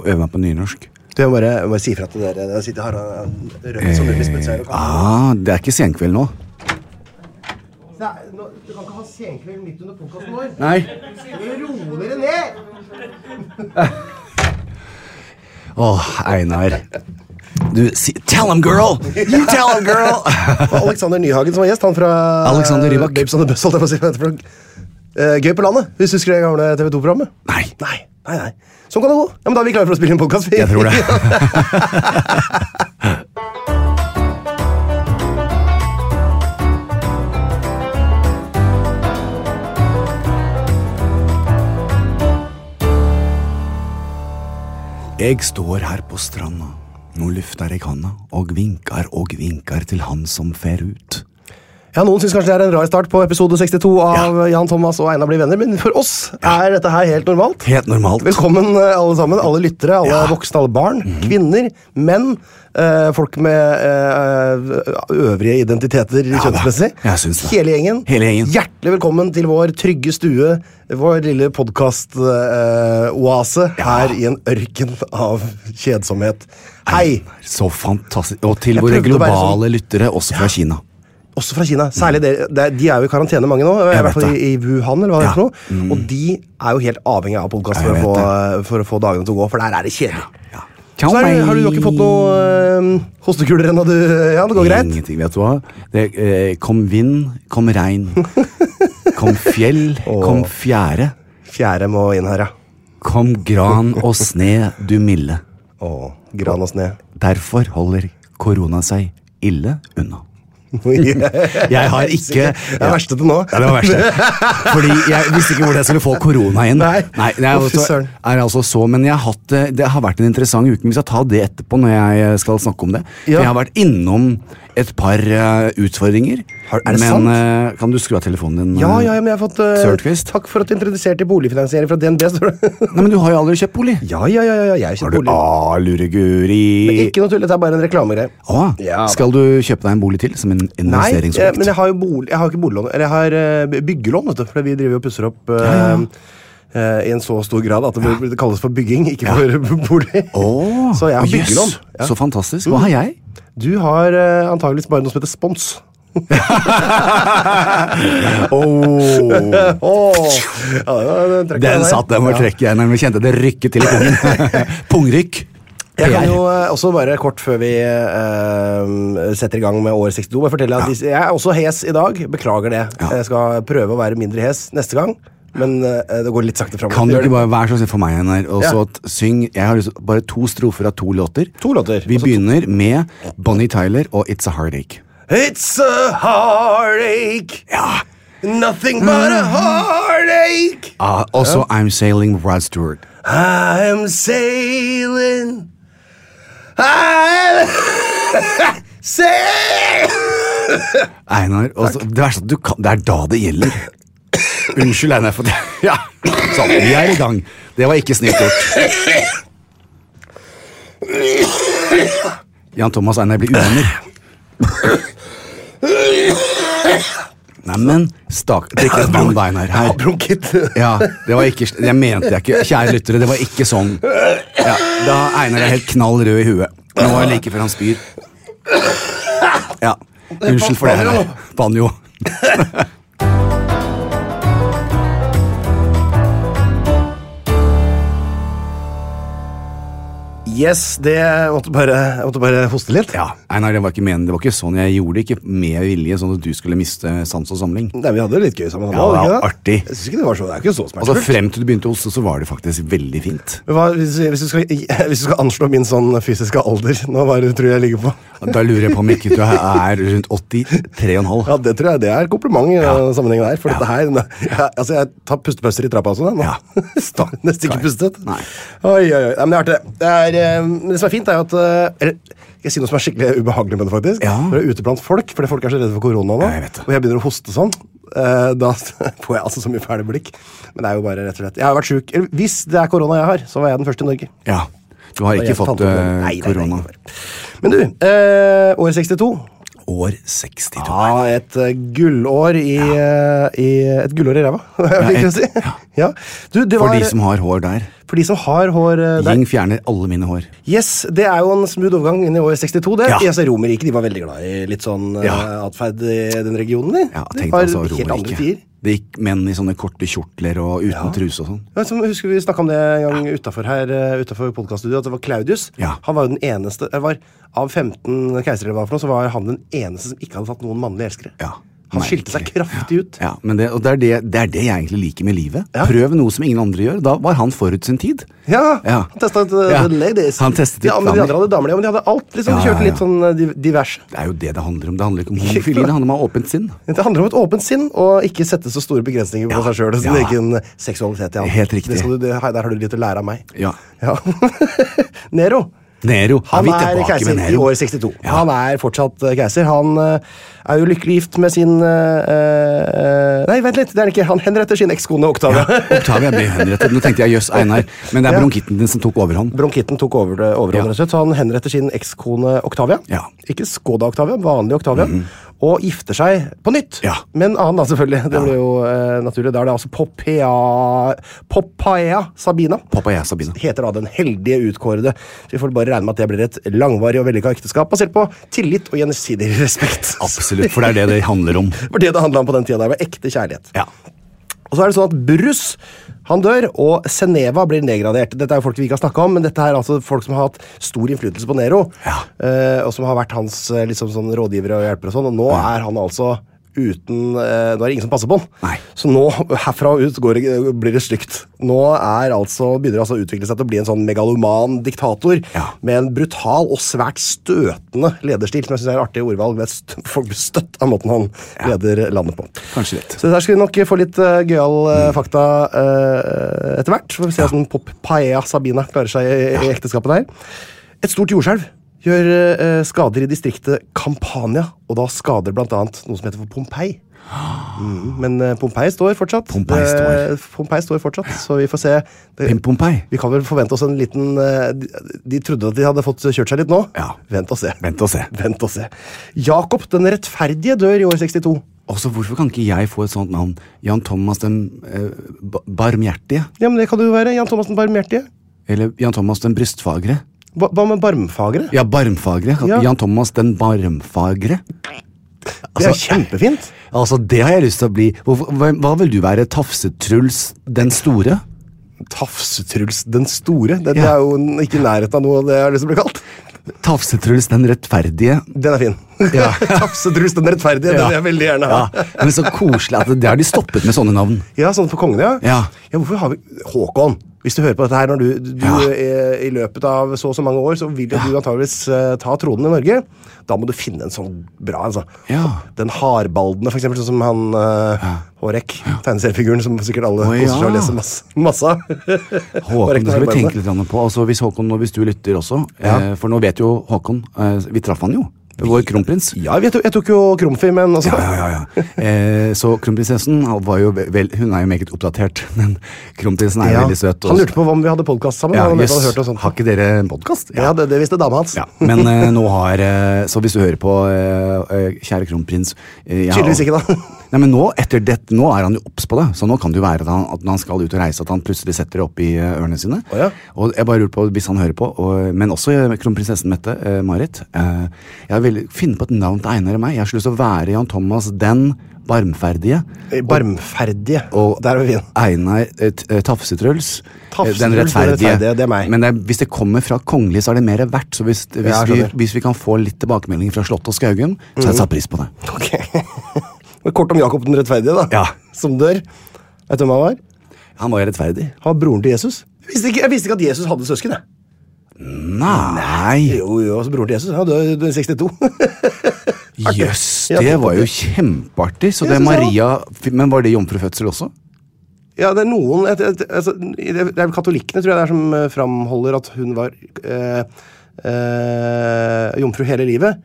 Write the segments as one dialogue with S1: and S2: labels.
S1: og øve meg på nynorsk.
S2: Du, jeg bare, jeg bare si ifra til dere. Jeg sitter her og har rømt som mulig spesielt. Du kan-
S1: Ah, det er ikke senkveld nå.
S2: Nei, nå- Du kan ikke ha senkveld midt under podkasten vår.
S1: Nei.
S2: Ro dere ned!
S1: Åh, Einar. Du, si Tell him, girl! You tell him, girl!
S2: Det var Alexander Nyhagen som var gjest. Han fra eh,
S1: Alexander Rybak.
S2: Babes on the Bus, holdt jeg på å si. hva heter det for noe? Eh, Gøy på landet. Hvis du husker det gamle TV 2-programmet?
S1: Nei.
S2: Nei, nei, nei. Sånn kan det gå. Ja, men Da er vi klare for å spille inn podkast.
S1: Jeg tror det. Jeg står her på stranda, nå løfter jeg handa og vinkar og vinkar til han som fer ut.
S2: Ja, Noen syns kanskje det er en rar start på episode 62 av Jan Thomas og Einar blir venner, men for oss er dette her helt normalt.
S1: Helt normalt.
S2: Velkommen eh, alle sammen, alle lyttere, alle
S1: Ja. Mhm.
S2: voksne, alle barn, kvinner, menn, eh, folk med eh, øvrige identiteter
S1: da.
S2: kjønnsmessig.
S1: Jeg syns det.
S2: Hele gjengen.
S1: Hele gjengen.
S2: Hjertelig velkommen til vår trygge stue, vår lille podkast-oase her i en ørken av kjedsomhet. Hei!
S1: Så fantastisk. Og til
S2: Jeg
S1: våre
S2: prøvde å være
S1: globale lyttere, også fra Kina.
S2: Også fra Kina. Særlig dere. det er- De er jo i karantene, mange nå. I
S1: Mm. Jeg vet
S2: hvert fall i, i Wuhan, eller hva det
S1: Ja.
S2: er for noe. Og de er jo helt avhengig av podkast
S1: Jeg
S2: for, å
S1: vet
S2: få- eh, for å få dagene til å gå, for der er det kjedelig.
S1: Ja.
S2: Så er, det- har du ikke fått noe eh, hostekuler ennå, du? Ja, det går greit?
S1: Ingenting, vet du hva. Det eh, kom vind, kom regn. Kom fjell, kom fjære.
S2: Fjære må inn her, ja.
S1: Kom gran og sne, du milde.
S2: Å, gran og sne.
S1: Derfor holder korona seg ille unna.
S2: det
S1: Jeg har ikke
S2: er det verste til nå.
S1: Ja, det var det verste. Fordi jeg visste ikke hvor jeg skulle få korona igjen.
S2: Nei.
S1: Nei det er,
S2: Å, fy
S1: altså,
S2: søren.
S1: er altså så, men jeg har hatt, det det har vært en interessant uke, men vi skal ta det etterpå når jeg eh, skal snakke om det.
S2: Ja.
S1: For Jeg har vært innom et par eh, utfordringer.
S2: Har- er det
S1: men
S2: sant?
S1: eh, kan du skru av telefonen din?
S2: Ja,
S1: eh?
S2: ja, ja, men jeg har fått eh,
S1: Sørquist?
S2: Takk for at du introduserte boligfinansiering fra DNB, står det.
S1: Nei, men du har jo aldri kjøpt bolig.
S2: Ja, ja, ja, ja, jeg
S1: Har
S2: har kjøpt
S1: du
S2: bolig.
S1: ah, lureguri?
S2: Ikke noe tull, dette er bare en reklamegreie.
S1: Ah,
S2: Ja.
S1: Skal du kjøpe deg en bolig til som en
S2: Nei, eh,
S1: investeringsobjekt?
S2: men jeg har jo bolig, jeg har jo ikke boliglån. Eller jeg har eh, byggelån, vet du. For vi driver jo og pusser opp eh, eh, i en så stor grad at det, blir- det kalles for bygging, ikke for bolig.
S1: Åh,
S2: så jeg har
S1: å, jøss.
S2: byggelån. Ja. Mm.
S1: Så fantastisk. Hva har jeg?
S2: Du har eh, antageligvis bare noe som heter spons.
S1: Åh
S2: Åh, ja, den,
S1: Oh.
S2: trekker jeg
S1: Den
S2: der.
S1: satt, den var
S2: Ja.
S1: trekk jeg når jeg kjente det rykket til i pungen. Pungrykk.
S2: Jeg kan
S1: PR.
S2: jo eh, også bare kort før vi eh, setter i gang med år 62 bare fortelle at disse- Jeg er også hes i dag. Beklager det.
S1: Ja.
S2: Jeg skal prøve å være mindre hes neste gang, men eh, det går litt sakte framover.
S1: Kan du ikke bare være så snill for meg, Einar, og så
S2: Ja.
S1: at syng Jeg har lyst, bare to strofer av to låter.
S2: To låter.
S1: Vi
S2: Altså to-
S1: begynner med Bonnie Tyler og It's A Heartache.
S2: It's a heartache.
S1: Ja. Mm.
S2: Nothing but a heartache.
S1: Ah, også I'm Sailing with Rod Stewart.
S2: I'm sailing. I'm sailing.
S1: Einar, og så- det, verste er at du kan, det er da det gjelder. Unnskyld, Einar. For det, ja, sånn, vi er i gang. Det var ikke snilt gjort. Jan Thomas og Einar blir uvenner. Neimen, stakk Drikk et vann, da, Einar.
S2: Jeg
S1: Her.
S2: har brunket.
S1: Ja, det var ikke Jeg mente jeg ikke. Kjære lyttere, det var ikke sånn. Ja, da Einar er helt knall rød i huet. Nå er det like før han spyr. Ja. Unnskyld for det. Einar. Banjo.
S2: Yes, det jeg måtte bare, jeg måtte bare hoste litt.
S1: Ja, Einar, det var ikke meningen. Det var ikke sånn. Jeg gjorde det ikke med vilje, sånn at du skulle miste sans og samling.
S2: Nei, Vi hadde det litt gøy sammen.
S1: Ja,
S2: hadde
S1: det
S2: vi
S1: var
S2: ikke det?
S1: artig.
S2: Jeg synes ikke det var så, det er ikke så
S1: Altså,
S2: smertefullt.
S1: Frem til du begynte å hoste, så var det faktisk veldig fint.
S2: Men hva, hvis, hvis, du skal, hvis du skal anslå min sånn fysiske alder Nå hva er det du tror jeg ligger på?
S1: Da lurer jeg på om ikke du er rundt 83,5.
S2: Ja, Det tror jeg det er kompliment i den sammenhengen her. For
S1: Ja.
S2: dette her nå- jeg, Altså, jeg tar pustepauser i trappa også. da, Nå.
S1: Ja.
S2: Sta- Nesten ikke
S1: Nei.
S2: pustet.
S1: Nei.
S2: Oi, oi, oi. Nei, men det er artig. det. Det, er, eh, men det som er fint, er jo at eh, Eller skal jeg si noe som er skikkelig ubehagelig med det, faktisk?
S1: Ja.
S2: Når du er ute blant folk, fordi folk er så redde for korona nå,
S1: Ja, jeg vet det.
S2: og jeg begynner å hoste sånn, eh, da får jeg altså så mye fæle blikk. Men det er jo bare rett og slett Jeg har vært sjuk. Eller, Hvis det er korona jeg har, så var jeg den første i Norge.
S1: Ja. Du har
S2: Da
S1: ikke
S2: jeg
S1: fått
S2: fant ut det.
S1: eh,
S2: Nei, nei, nei,
S1: korona.
S2: ikke bare. Men du, eh, år 62
S1: År 62.
S2: Ja, et eh, gullår i, eh, i Et gullår i ræva, hva
S1: Ja,
S2: kan
S1: et-
S2: jeg si.
S1: ja.
S2: Ja. Du, det
S1: For
S2: var,
S1: de som har hår der.
S2: for de som har hår eh, der.
S1: Ying fjerner alle mine hår.
S2: Yes, Det er jo en smooth overgang inn i år 62. det.
S1: Ja.
S2: Ja. så Romerriket de var veldig glad i litt sånn eh,
S1: Ja.
S2: atferd i den regionen. De,
S1: Ja,
S2: de
S1: tenk
S2: var
S1: deg altså
S2: helt andre
S1: Romerike.
S2: tider.
S1: Det gikk menn i sånne korte kjortler og uten
S2: Ja.
S1: truse og sånn.
S2: Ja, som, husker Vi snakka om det en gang utenfor her, eh, utenfor podcaststudioet, at det var Claudius.
S1: Ja.
S2: Han var jo den eneste, eh, var, Av 15 keisere, eller hva for noe, så var han den eneste som ikke hadde tatt noen mannlige elskere.
S1: Ja,
S2: han skilte seg
S1: merkelig.
S2: kraftig ut.
S1: Ja, men det, og det er det, det er det jeg egentlig liker med livet.
S2: Ja.
S1: Prøv noe som ingen andre gjør. Da var han forut sin tid.
S2: Ja,
S1: Ja.
S2: han testet uh,
S1: Ja,
S2: the ladies.
S1: han testet
S2: ja,
S1: litt
S2: men De
S1: damer.
S2: andre hadde damer, ja, men de hadde alt. liksom,
S1: Ja,
S2: De kjørte
S1: ja,
S2: litt
S1: ja.
S2: sånn uh, div- diverse.
S1: Det er jo det det handler om. Det handler ikke om homofili, det handler om å ha åpent sinn.
S2: Det handler om et åpent sinn og ikke sette så store begrensninger på
S1: Ja,
S2: seg sjøl og sin
S1: ja.
S2: egen seksualitet. Ja.
S1: Helt riktig.
S2: Det skal du, det, her- der har du litt å lære av meg.
S1: Ja.
S2: Ja. Nero.
S1: Nero.
S2: Han
S1: vi
S2: er
S1: tilbake
S2: keiser
S1: med
S2: i
S1: Nero?
S2: år 62.
S1: Ja.
S2: Han er fortsatt uh, keiser. Han uh, er jo lykkelig gift med sin uh, uh, Nei, vent litt, det er han ikke. Han henretter sin ekskone Oktavia.
S1: Oktavia ble henrettet. Nå tenkte jeg jøss, Einar. Men det er
S2: Ja.
S1: bronkitten din som tok overhånd.
S2: Bronkitten tok over det
S1: Ja.
S2: overhånd, rett og slett, så han henretter sin ekskone Oktavia.
S1: Ja. Mhm.
S2: Ikke Skoda Oktavia, vanlig Oktavia. Og gifter seg på nytt.
S1: Ja.
S2: Men annen, da, selvfølgelig. Det ble jo eh, naturlig. Da er det altså Poppea Poppaea Sabina.
S1: Pappa og jeg, Sabine.
S2: Heter da den heldige utkårede. Så vi får bare regne med at det blir et langvarig og vellykka ekteskap basert på tillit og gjensidig respekt.
S1: Absolutt, for det er det det handler om.
S2: For det det handla om på den tida, der, var ekte kjærlighet.
S1: Ja.
S2: Og så er det sånn at Bruss han dør, og Seneva blir nedgradert. Dette er jo folk vi ikke har snakka om, men dette er altså folk som har hatt stor innflytelse på Nero.
S1: Ja.
S2: eh, og som har vært hans eh, liksom, sånn, rådgivere og hjelpere og sånn. Og nå
S1: Mm.
S2: er han altså uten eh, Nå er det ingen som passer på han.
S1: Nei.
S2: Så nå, herfra og ut, går, det- blir det stygt. Nå er altså, begynner det altså å utvikle seg til å bli en sånn megaloman diktator
S1: Ja.
S2: med en brutal og svært støtende lederstil, som jeg syns er et artig ordvalg. men st- Folk blir støtt av måten han leder landet på.
S1: Kanskje litt.
S2: Så der skal vi nok få litt uh, gøyal eh, fakta eh, etter hvert. Så får vi se hvordan Pop Paea Sabina klarer seg i, i ekteskapet der. Et stort jordskjelv gjør eh, skader i distriktet Campania, og da skader bl.a. noe som heter for Pompeii. Mm, men eh, Pompeii står fortsatt.
S1: Pompeii står.
S2: Eh, Pompeii står fortsatt, så vi får se. Det,
S1: Pimp Pompeii.
S2: vi kan vel forvente oss en liten eh, De de trodde at de hadde fått kjørt seg litt nå.
S1: Ja.
S2: Vent og se.
S1: Vent og se.
S2: Vent og se. Jakob den rettferdige dør i år 62.
S1: Også, hvorfor kan ikke jeg få et sånt navn? Jan Thomas den eh, ba- barmhjertige?
S2: Ja, men Det kan det jo være. Jan Thomas den barmhjertige.
S1: Eller Jan Thomas den brystfagre?
S2: Hva hva med barmfagere?
S1: Ja, barmfagre.
S2: Ja.
S1: Jan Thomas den barmfagre.
S2: det er
S1: altså-
S2: kjempefint!
S1: Altså, det har jeg lyst til å bli. Hvorfor- Hva, hva vil du være? Tafse-Truls den store?
S2: Tafse-Truls den store. Det, det
S1: Ja.
S2: er jo n- ikke i nærheten av noe av det jeg har lyst til å bli kalt.
S1: Tafse-Truls den rettferdige?
S2: Den er fin.
S1: Ja.
S2: Tafse-Truls den rettferdige.
S1: Ja.
S2: Den vil jeg veldig gjerne ha.
S1: Ja, men så koselig at det har de stoppet med sånne navn.
S2: Ja, sånn på kongene, ja.
S1: Ja.
S2: hvorfor har vi Håkon, hvis du hører på dette her når du, du
S1: Ja.
S2: er, I løpet av så og så mange år, så vil jo du antageligvis eh, ta tronen i Norge. Da må du finne en sånn bra en. Altså.
S1: Ja.
S2: Den hardbaldende, for eksempel, sånn som han eh, Hårek. Tegneseriefiguren som sikkert
S1: Å,
S2: alle koser seg og
S1: ja.
S2: leser masse, masse av.
S1: Håkon,
S2: Hårek den
S1: det skal vi
S2: hardbaldende.
S1: tenke litt grann på. Altså, hvis Håkon, nå- hvis du lytter også,
S2: Ja.
S1: eh, for nå vet jo Håkon eh, Vi traff han jo. Vår kronprins.
S2: Ja, jeg, vet, jo- jeg tok jo Krumfi, men altså
S1: Ja, ja, ja, ja. Eh, så kronprinsessen var jo ve- vel, hun er jo meget oppdatert, men kronprinsen er
S2: Ja.
S1: veldig søt. og-
S2: Han lurte på om vi hadde podkast sammen.
S1: ja,
S2: han
S1: jøss,
S2: hadde hørt noe sånt.
S1: Har ikke dere en podkast?
S2: Ja, det, det visste dama hans.
S1: Ja, men eh, nå har eh, Så hvis du hører på, eh, eh, kjære kronprins eh, jeg har-
S2: Tydeligvis ikke, da.
S1: Nei, men nå, etter det, nå er han jo obs på det, så nå kan det jo være at, han, at når han skal ut og reise, at han plutselig setter det opp i eh, ørene sine.
S2: Å ja.
S1: Og jeg bare lurer på, hvis han hører på, og, men også eh, kronprinsessen Mette, eh, Marit eh, Jeg vil finne på et navn til Einar og meg. Jeg har så lyst til å være Jan Thomas den barmferdige.
S2: Barmferdige.
S1: Og-
S2: Eh, Der var vi inne.
S1: Einar eh, t- eh, Tafse-Truls. eh,
S2: Tafse-Truls,
S1: Den
S2: den
S1: rettferdige.
S2: rettferdige, det er meg.
S1: Men det er, hvis det kommer fra kongelig, så er det mer verdt. Så hvis, hvis,
S2: Ja,
S1: vi,
S2: jeg skjønner.
S1: hvis vi kan få litt tilbakemeldinger fra Slottet og Skaugum, så har jeg satt pris på det.
S2: Ok. Men Kort om Jakob den rettferdige, da.
S1: Ja.
S2: Som dør. Vet du hvem han var?
S1: Han var jo rettferdig.
S2: Han var broren til Jesus. Jeg visste ikke, jeg visste ikke at Jesus hadde søsken. jeg.
S1: Nei!
S2: Jo, jo, altså broren til Jesus. Han døde i 62.
S1: Jøss,
S2: Ja,
S1: det
S2: toppen.
S1: var jo kjempeartig. Så det
S2: Jeg synes det
S1: Maria Men var det jomfrufødsel også?
S2: ja, det er noen et, et, altså, i Det det er vel katolikkene, tror jeg, det er som eh, framholder at hun var eh, eh, jomfru hele livet.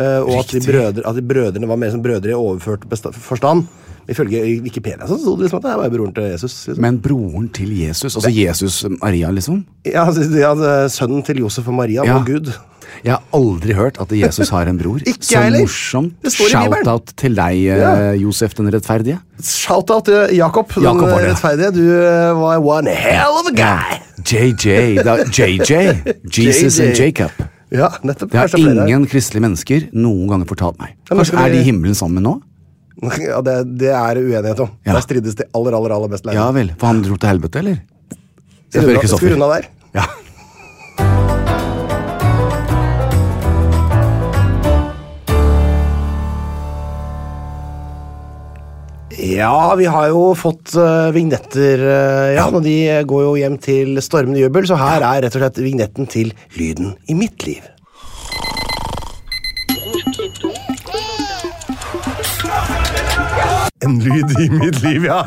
S2: eh, og at de,
S1: Riktig.
S2: brødre, at de brødrene var mer som brødre i overført besta- forstand. Ifølge Wikipedia så sto det liksom at det er bare broren til Jesus. Liksom.
S1: Men broren til Jesus, altså Jesus Maria, liksom?
S2: Ja, altså, de hadde sønnen til Josef og Maria
S1: Ja.
S2: og Gud.
S1: Jeg har aldri hørt at Jesus har en bror.
S2: Ikke
S1: så
S2: jeg heller.
S1: morsomt.
S2: Det står i Bibelen.
S1: Shout-out til deg, eh,
S2: Ja.
S1: Josef den rettferdige.
S2: Shout-out til Jakob, den
S1: Jakob var det, ja.
S2: rettferdige. Du eh, var one hell of a guy!
S1: JJ. Det er JJ. Jesus
S2: JJ.
S1: and Jacob.
S2: Ja, nettopp.
S1: Det har
S2: Kanskje det er flere her.
S1: ingen kristelige mennesker noen ganger fortalt meg.
S2: Ja, men
S1: Kanskje
S2: skal
S1: Er
S2: vi-
S1: de i himmelen sammen nå?
S2: Ja, det, det er det uenighet om.
S1: Ja.
S2: Der strides de aller aller, aller best
S1: Ja
S2: lærere.
S1: vel. For han dro til helvete, eller? Jeg
S2: Skal vi
S1: spør
S2: runde av- skal vi
S1: Kristoffer.
S2: runde av der?
S1: Ja.
S2: Ja, vi har jo fått eh, vignetter, eh, Jan, og de eh, går jo hjem til stormende jubel, så her er rett og slett vignetten til lyden i mitt liv. En lyd i mitt liv, ja.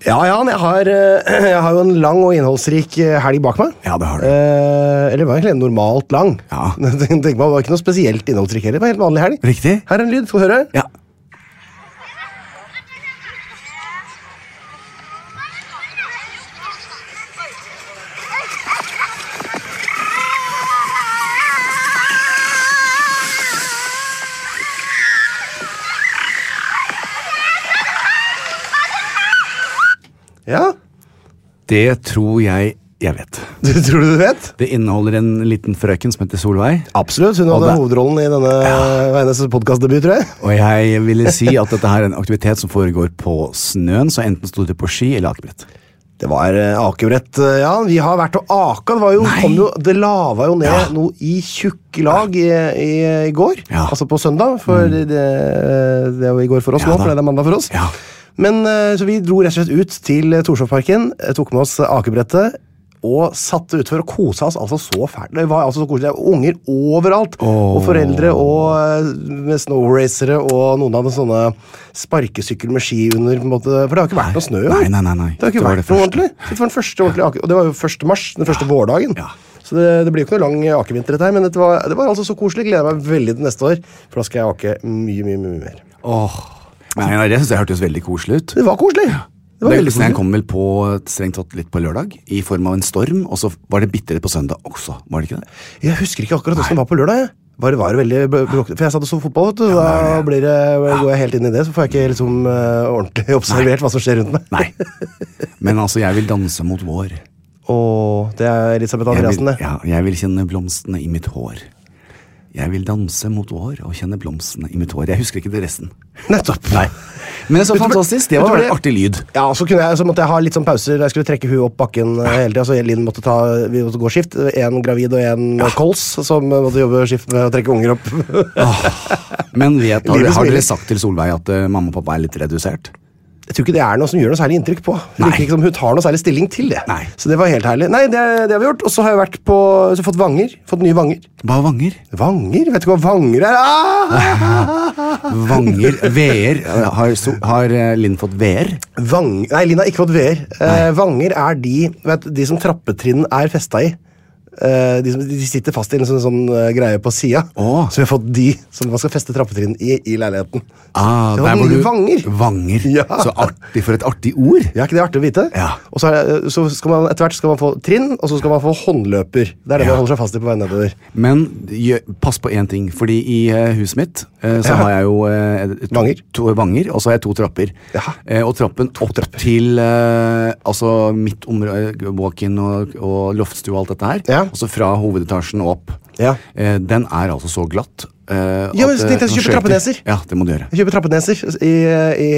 S2: Ja, Jan, jeg har, eh, jeg har jo en lang og innholdsrik eh, helg bak meg.
S1: Ja, det har du.
S2: Eh, eller det var egentlig en normalt lang.
S1: Ja.
S2: Tenk meg, det var ikke noe spesielt innholdsrik heller, det var en helt vanlig helg.
S1: Riktig.
S2: Her er en lyd, skal du høre?
S1: ja.
S2: Ja,
S1: Det tror jeg jeg vet.
S2: du, tror du du vet?
S1: Det inneholder en liten frøken som heter Solveig.
S2: Absolutt, hun
S1: Og
S2: hadde
S1: det-
S2: hovedrollen i denne ja. hennes podcastdebut, tror jeg.
S1: Og jeg ville si at dette her er en aktivitet som foregår på snøen, så enten sto det på ski eller akebrett.
S2: Det var eh, akebrett, eh, Jan. Vi har vært og aka. Det, var jo,
S1: Nei.
S2: kom jo, det lava jo ned
S1: Ja.
S2: noe i tjukke lag i, i, i går.
S1: Ja. Mm.
S2: Altså på søndag, for det, det er jo i går for oss
S1: Ja
S2: nå,
S1: da.
S2: for det er mandag for oss.
S1: Ja.
S2: Men eh, Så vi dro rett og slett ut til eh, Torshovparken, eh, tok med oss eh, akebrettet. Og satte utfor og kosa oss altså så fælt. Det var altså så koselig. Det var Unger overalt. Og foreldre og eh, med snowracere og noen hadde sånne sparkesykkel med ski under. på en måte. For det har ikke vært noe snø. jo.
S1: Nei, nei, nei, nei.
S2: Det har ikke
S1: Dette var det
S2: vært noe
S1: første.
S2: ordentlig. Dette var den første ordentlige ake- Og det var jo 1. mars, den første vårdagen.
S1: Ja.
S2: Så det, det blir jo ikke noe lang akevinter, dette her, men dette var, det var altså så koselig. Gleder meg veldig til neste år, for da skal jeg ake mye, mye, mye mer.
S1: Åh. Nei, nei, det synes jeg hørtes veldig koselig ut.
S2: Det var koselig! Det var
S1: Den
S2: veldig
S1: snøen
S2: koselig.
S1: kom vel på strengt tatt litt på lørdag, i form av en storm, og så var det bitte litt på søndag også. var det ikke det?
S2: Jeg husker ikke akkurat åssen det var på lørdag. jeg. Var det var det veldig br- bråkete? For jeg satt og så fotball, vet du. Da blir det, går jeg helt inn i det, så får jeg ikke liksom eh, ordentlig observert hva som skjer rundt meg.
S1: Nei. Men altså, jeg vil danse mot vår.
S2: Og det er Elisabeth
S1: Jeg vil,
S2: Andreassen, det.
S1: ja, jeg vil kjenne blomstene i mitt hår. Jeg vil danse mot vår og kjenne blomstene i mitt hår. Jeg husker ikke det resten.
S2: Nettopp.
S1: Nei. Men så
S2: Vet du hva-
S1: fantastisk. Det
S2: vet du
S1: var
S2: hva
S1: en
S2: det-
S1: artig lyd.
S2: Ja, så, kunne jeg, så måtte jeg ha litt sånn pauser da jeg skulle trekke huet opp bakken eh, hele tida. Så Linn måtte ta vi måtte gå skift. En gravid og en med kols som eh, måtte jobbe skift med å trekke unger opp.
S1: Men vet, har,
S2: Livet
S1: har
S2: smiler.
S1: dere sagt til Solveig at eh, mamma og pappa er litt redusert?
S2: Jeg tror ikke det er noe som gjør noe særlig inntrykk på. Det
S1: Nei.
S2: virker ikke som hun tar noe særlig stilling til det.
S1: Nei.
S2: Så det var helt herlig. Nei, det, det har vi gjort. Og så har jeg vært på, så fått vanger. Fått nye vanger.
S1: Hva vanger?
S2: Vanger? Vet du hva vanger er? Ah!
S1: Vanger, VR. eh, Har, so- har eh, Linn fått VR?
S2: Vang, nei, Lina, ikke fått VR. Eh, vanger er de, vet, du, de som trappetrinnen er festa i. eh, de, som- de sitter fast i en sånn, sånn eh, greie på sida.
S1: Å.
S2: Så vi har fått de som man skal feste trappetrinn i, i leiligheten.
S1: Ah,
S2: det var
S1: der hvor
S2: nye
S1: du-
S2: vanger.
S1: Vanger.
S2: Ja.
S1: Så artig for et artig ord.
S2: Ja, er ikke det artig å vite?
S1: Ja.
S2: Og så, er, det- eh, så skal man, Etter hvert skal man få trinn, og så skal man få håndløper. Det er det
S1: Ja.
S2: man holder seg fast i på vei nedover.
S1: Men gjø- pass på én ting, fordi i eh, huset mitt eh, så
S2: Ja.
S1: har jeg jo eh, to,
S2: Vanger.
S1: to vanger, og så har jeg to trapper.
S2: Ja.
S1: Eh, og trappen opp til eh, altså mitt område, walk-in og, og loftstue og alt dette her,
S2: Ja.
S1: altså fra hovedetasjen og opp,
S2: Ja.
S1: eh, den er altså så glatt. eh,
S2: Ja, men
S1: at,
S2: så
S1: eh,
S2: tenkte
S1: man
S2: jeg å kjøpe
S1: skjøter.
S2: trappeneser.
S1: Ja, det må du gjøre.
S2: Jeg kjøper trappeneser i, i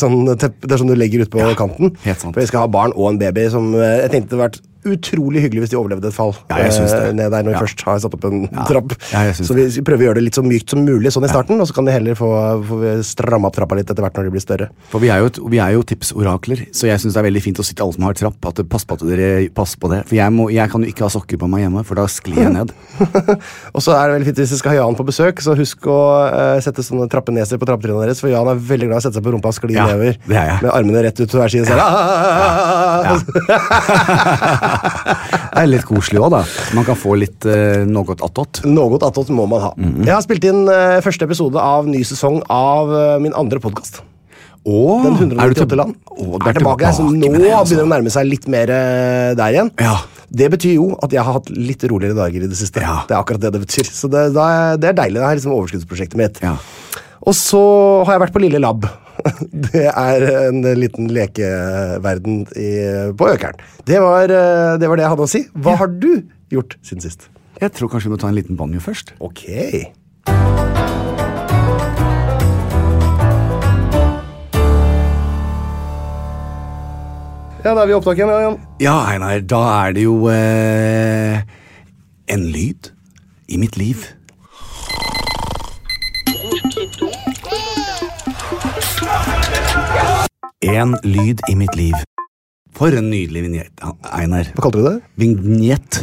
S2: sånn tepp, Det er sånn du legger ut på kanten.
S1: helt sant.
S2: For jeg skal ha barn og en baby som eh, jeg tenkte det hadde vært utrolig hyggelig hvis de overlevde et fall.
S1: Ja, jeg synes det.
S2: eh, Ned der når vi
S1: Ja.
S2: først har satt opp en
S1: Ja.
S2: trapp.
S1: Ja, jeg synes
S2: så vi skal prøve å gjøre det litt så mykt som mulig sånn i starten, og så kan de heller få, få stramme opp trappa litt etter hvert når de blir større.
S1: For vi er jo, et, vi er jo tipsorakler, så jeg syns det er veldig fint å si til alle som har trapp, at pass på at dere passer på det. For jeg, må, jeg kan jo ikke ha sokker på meg hjemme, for da sklir jeg ned.
S2: Og så er det veldig fint Hvis dere skal ha Jan på besøk, så husk å eh, sette sånne trappeneser på trappetrinnene deres. For Jan er veldig glad i å sette seg på rumpa og skli
S1: Ja,
S2: nedover
S1: det er jeg.
S2: med armene rett ut til hver side. Ja.
S1: Altså. Det er litt koselig òg, da. Så man kan få litt eh, noe attåt.
S2: Noe attåt må man ha.
S1: Mm-hmm.
S2: Jeg har spilt inn eh, første episode av ny sesong av eh, min andre podkast.
S1: Åh,
S2: Den
S1: er du
S2: 198
S1: til-
S2: land.
S1: Åh,
S2: er tilbake, så
S1: med
S2: Nå
S1: det, altså.
S2: begynner det å nærme seg litt mer eh, der igjen.
S1: Ja.
S2: Det betyr jo at jeg har hatt litt roligere dager i det siste.
S1: Ja.
S2: Det er akkurat det det betyr. Så det, da er- det er deilig. Det er liksom overskuddsprosjektet mitt.
S1: Ja.
S2: Og så har jeg vært på Lille Lab. Det er en liten lekeverden i, på Økeren. Det var, eh, det var det jeg hadde å si. Hva har du gjort siden sist?
S1: Jeg tror kanskje vi må ta en liten banjo først.
S2: Ok. Ja, da er vi i opptak igjen, ja, Jan.
S1: Ja, Einar, da er det jo eh, en lyd i mitt liv. En lyd i mitt liv. For en nydelig vignett, Einar.
S2: Hva kalte du det?
S1: Vignett.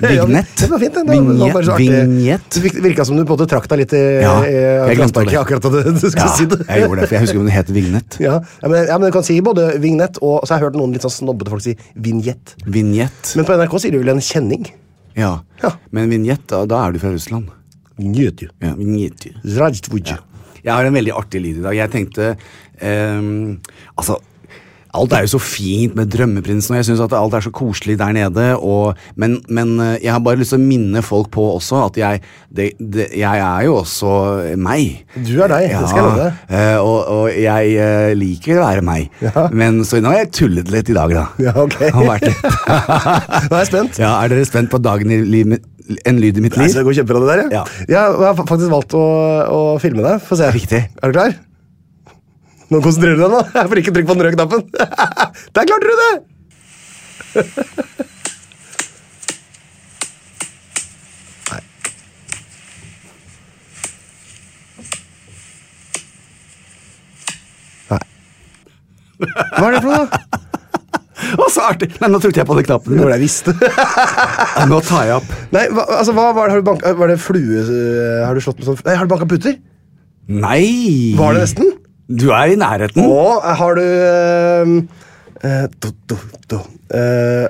S1: Vignett.
S2: Det var fint, det. det. var- det var bare så artig.
S1: Vignett.
S2: Det virk- virka som du på en måte trakk deg litt i,
S1: Ja,
S2: i
S1: jeg glemte
S2: Atlanterhavet
S1: det.
S2: akkurat da du, du skulle
S1: Ja,
S2: si det.
S1: jeg gjorde det, for jeg husker om det het Vignett.
S2: Ja, ja, men, ja, men du kan si både vignett og Så har jeg hørt noen litt sånn snobbete folk si vignett.
S1: Vignett.
S2: Men på NRK sier de vel en kjenning?
S1: Ja.
S2: Ja.
S1: Men vignett, da, da er du fra Russland.
S2: Vignett, jo.
S1: Ja, vignett.
S2: Zdrajtvudj.
S1: Jeg har en veldig artig lyd i dag. Jeg tenkte ehm, Altså, alt er jo så fint med Drømmeprinsen, og jeg syns at alt er så koselig der nede, og, men, men eh, jeg har bare lyst til å minne folk på også at jeg det, det, Jeg er jo også meg.
S2: Du er deg, det skal jeg love deg.
S1: eh, og, og jeg eh, liker å være meg,
S2: Ja.
S1: men så nå har jeg tullet litt i dag, da.
S2: Ja, ok.
S1: Har vært litt.
S2: Nå er jeg spent.
S1: Ja, Er dere spent på dagen i liv, en lyd i mitt
S2: Nei,
S1: liv?
S2: så det går kjempebra, det der.
S1: Ja.
S2: Jeg har fa- faktisk valgt å, å filme deg. Få se.
S1: Riktig.
S2: Er du klar? Nå konsentrerer du deg, nå. Jeg får ikke trykk på den røde knappen. Der klarte du det! Nei. Nei. Hva er det for noe, da?
S1: Å, så artig! Nei, nå trykte jeg på den knappen.
S2: Det var det jeg visste.
S1: Ja, Nå tar jeg opp.
S2: Nei, hva, altså, hva var det, har du banka, var det flue øh, Har du slått med sånn Nei, har du banka puter?
S1: Nei!
S2: Var det nesten?
S1: Du er i nærheten.
S2: Og øh, har du øh, øh, do, do, do, øh,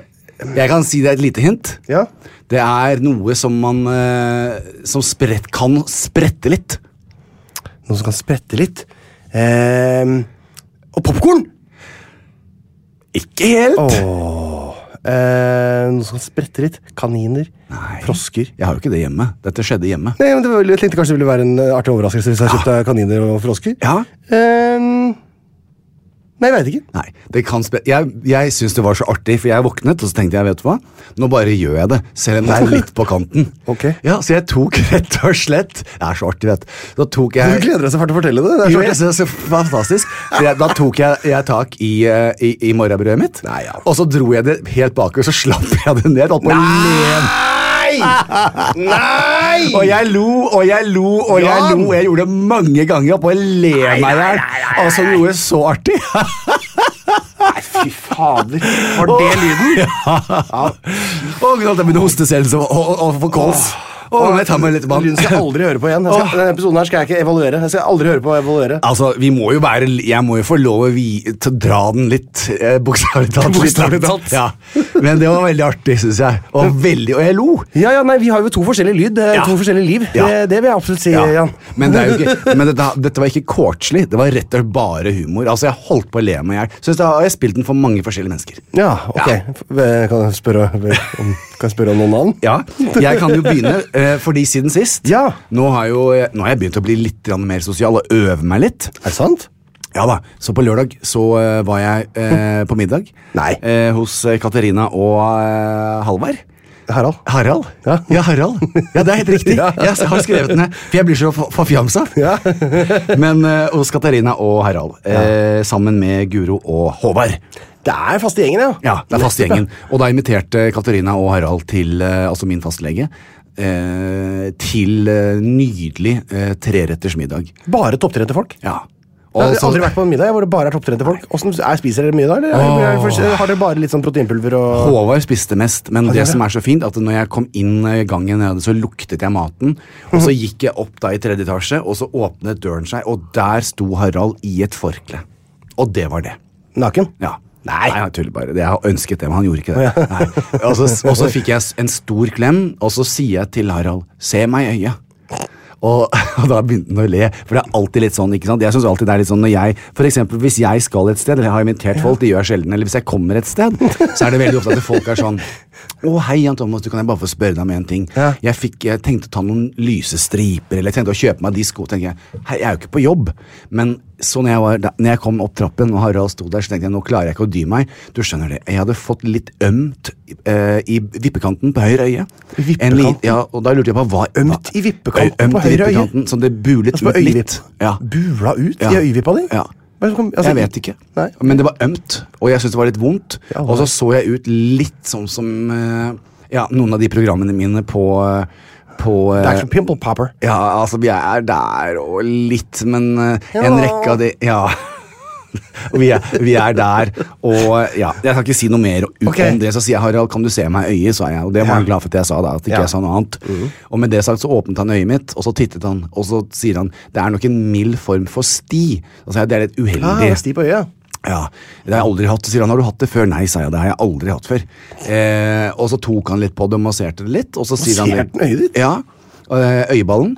S1: Jeg kan si deg et lite hint.
S2: Ja.
S1: Det er noe som man eh, Som sprett, kan sprette litt.
S2: Noe som kan sprette litt. Ehm, og popkorn!
S1: Ikke helt.
S2: Ehm, noe som kan sprette litt. Kaniner.
S1: Nei.
S2: Frosker.
S1: Jeg har jo ikke det hjemme. Dette skjedde hjemme.
S2: Nei, men det var, Jeg tenkte kanskje det ville være en øh, artig overraskelse hvis jeg kjøpte kaniner og frosker.
S1: Ja.
S2: Ehm, nei, jeg veit ikke.
S1: Nei, det kan spe Jeg, jeg syns det var så artig, for jeg våknet og så tenkte jeg, vet du hva, nå bare gjør jeg det, selv om det er litt på kanten.
S2: Ok.
S1: Ja, Så jeg tok rett og slett Det er så artig, vet du. Da tok
S2: Du
S1: jeg
S2: gleder deg så fælt til å fortelle det. det er så
S1: Jo,
S2: artig.
S1: jeg synes det er så fantastisk. Så jeg, da tok jeg, jeg tak i, eh, i, i morrabrødet mitt,
S2: Nei, ja.
S1: og så dro jeg det helt bakover, så slapp jeg det ned. Holdt på å le.
S2: Nei! Nei!
S1: Og jeg lo og jeg lo og jeg
S2: Jan!
S1: lo. og Jeg gjorde det mange ganger opp og le meg i hjel. Altså, det gjorde det så artig.
S2: Fy fader, var det lyden?
S1: Og nå holdt jeg på å hoste selv så, og, og, og få kols. Å, jeg tar meg litt vann.
S2: Lund skal jeg aldri høre på igjen. Jeg skal, denne episoden her skal jeg ikke evaluere. Jeg skal aldri høre på å evaluere.
S1: Altså, vi må jo være Jeg må jo få lov å vi, til å dra den litt, eh, bokstavelig talt.
S2: Bokstavelig talt.
S1: Ja. Men det var veldig artig, syns jeg. Og veldig Og jeg lo.
S2: Ja, ja, nei, Vi har jo to forskjellige lyd, eh,
S1: Ja.
S2: to forskjellige liv.
S1: Ja.
S2: Det, det vil jeg absolutt si,
S1: Ja.
S2: Jan.
S1: Men, det er jo ikke, men dette, dette var ikke coachly. Det var rett og slett bare humor. Altså, Jeg holdt på å le meg i hjel. Syns jeg har jeg spilt den for mange forskjellige mennesker.
S2: Ja, ok. Eh, Kan jeg spørre om, kan jeg spørre om noen annen?
S1: Ja, Jeg kan jo begynne, eh, fordi siden sist
S2: Ja.
S1: nå, har jo, jeg- nå har jeg begynt å bli litt grann mer sosial og øve meg litt.
S2: Er det sant?
S1: Ja da, Så på lørdag så eh, var jeg eh, på middag
S2: Nei.
S1: eh, hos eh, Katarina og eh, Halvard.
S2: Harald?
S1: Harald?
S2: Ja.
S1: Harald. Ja, Det er helt riktig.
S2: Ja.
S1: Jeg har skrevet den ned, for jeg blir så for- forfjamsa.
S2: Ja.
S1: Men eh, hos Katarina og Harald, eh, sammen med Guro og Håvard.
S2: Det er faste gjengen, ja.
S1: Ja, det er faste gjengen. Og da inviterte Katarina og Harald til, eh, altså min fastlege, eh, til eh, nydelig eh, treretters middag.
S2: Bare topptrente folk.
S1: Ja.
S2: Jeg har
S1: så-
S2: aldri vært på en middag hvor det bare er topptrente folk. Hvordan, er, spiser dere mye da? Eller,
S1: Åh.
S2: Eller har dere bare litt sånn proteinpulver og
S1: Håvard spiste mest, men
S2: Han
S1: det
S2: gjør det.
S1: som er så fint, at når jeg kom inn eh, gangen, jeg hadde, så luktet jeg maten. Og så gikk jeg opp da i tredje etasje, og så åpnet døren seg, og der sto Harald i et forkle. Og det var det.
S2: naken?
S1: Ja. Nei, jeg tuller bare. Det- Jeg ønsket det, men han gjorde ikke det. Nei. Og så- og så fikk jeg s- en stor klem, og så sier jeg til Harald 'se meg i øya'. Og, og da begynte han å le. For det er alltid litt sånn, ikke sant? Jeg synes alltid det er litt sånn når jeg, for eksempel, Hvis jeg skal et sted, eller jeg har invitert folk, de gjør jeg sjelden, eller hvis jeg kommer et sted, så er det veldig ofte at folk er sånn å, hei, Jan Thomas, du kan jeg bare få spørre deg om en ting?
S2: Ja.
S1: Jeg, fikk, jeg tenkte å ta noen lyse striper, eller jeg tenkte å kjøpe meg de sko. tenker Jeg hei, jeg er jo ikke på jobb, men så når jeg, var, da, når jeg kom opp trappen, og Harald sto der, så tenkte jeg nå klarer jeg ikke å dy meg. Du skjønner det, jeg hadde fått litt ømt eh, i vippekanten på høyre øye. En li-
S2: Vippekanten?
S1: ja, og da lurte jeg på hva
S2: Ømt i vippekanten
S1: Ø- ømt
S2: på
S1: i
S2: høyre øye?
S1: vippekanten, Som det bulet
S2: Altså på
S1: ut
S2: øyevipp?
S1: litt. Ja.
S2: Bula ut
S1: Ja.
S2: i øyevippa di?
S1: Ja.
S2: Hva som- altså-
S1: jeg vet ikke,
S2: Nei.
S1: men det var ømt, og jeg syntes det var litt vondt.
S2: Ja,
S1: og så så jeg ut litt sånn som eh, ja, noen av de programmene mine på, eh, på eh,
S2: Det er ikke pimple popper.
S1: Ja, altså, vi er der og litt, men eh, en
S2: Ja.
S1: rekke av de Ja. Og vi, er, vi er der, og ja, Jeg skal ikke si noe mer ut
S2: Ok.
S1: om det. Så sier jeg Harald, kan du se meg i øyet? sa jeg, og det var han
S2: Ja.
S1: glad for at jeg sa. da, at ikke
S2: Ja. Mm.
S1: jeg sa noe annet. Og med det sagt så åpnet han øyet mitt, og så tittet han, og så sier han det er nok en mild form for sti. Og så sa jeg, det er litt uheldig.
S2: Ah, det er sti på øyet.
S1: Ja, det har jeg aldri hatt, sier han. Har du hatt det før? Nei, sa jeg. Det har jeg aldri hatt før. Eh, og så tok han litt på det og masserte det litt. Og så sier han
S2: Masserte den øyet ditt?
S1: Ja, eh, Øyeballen.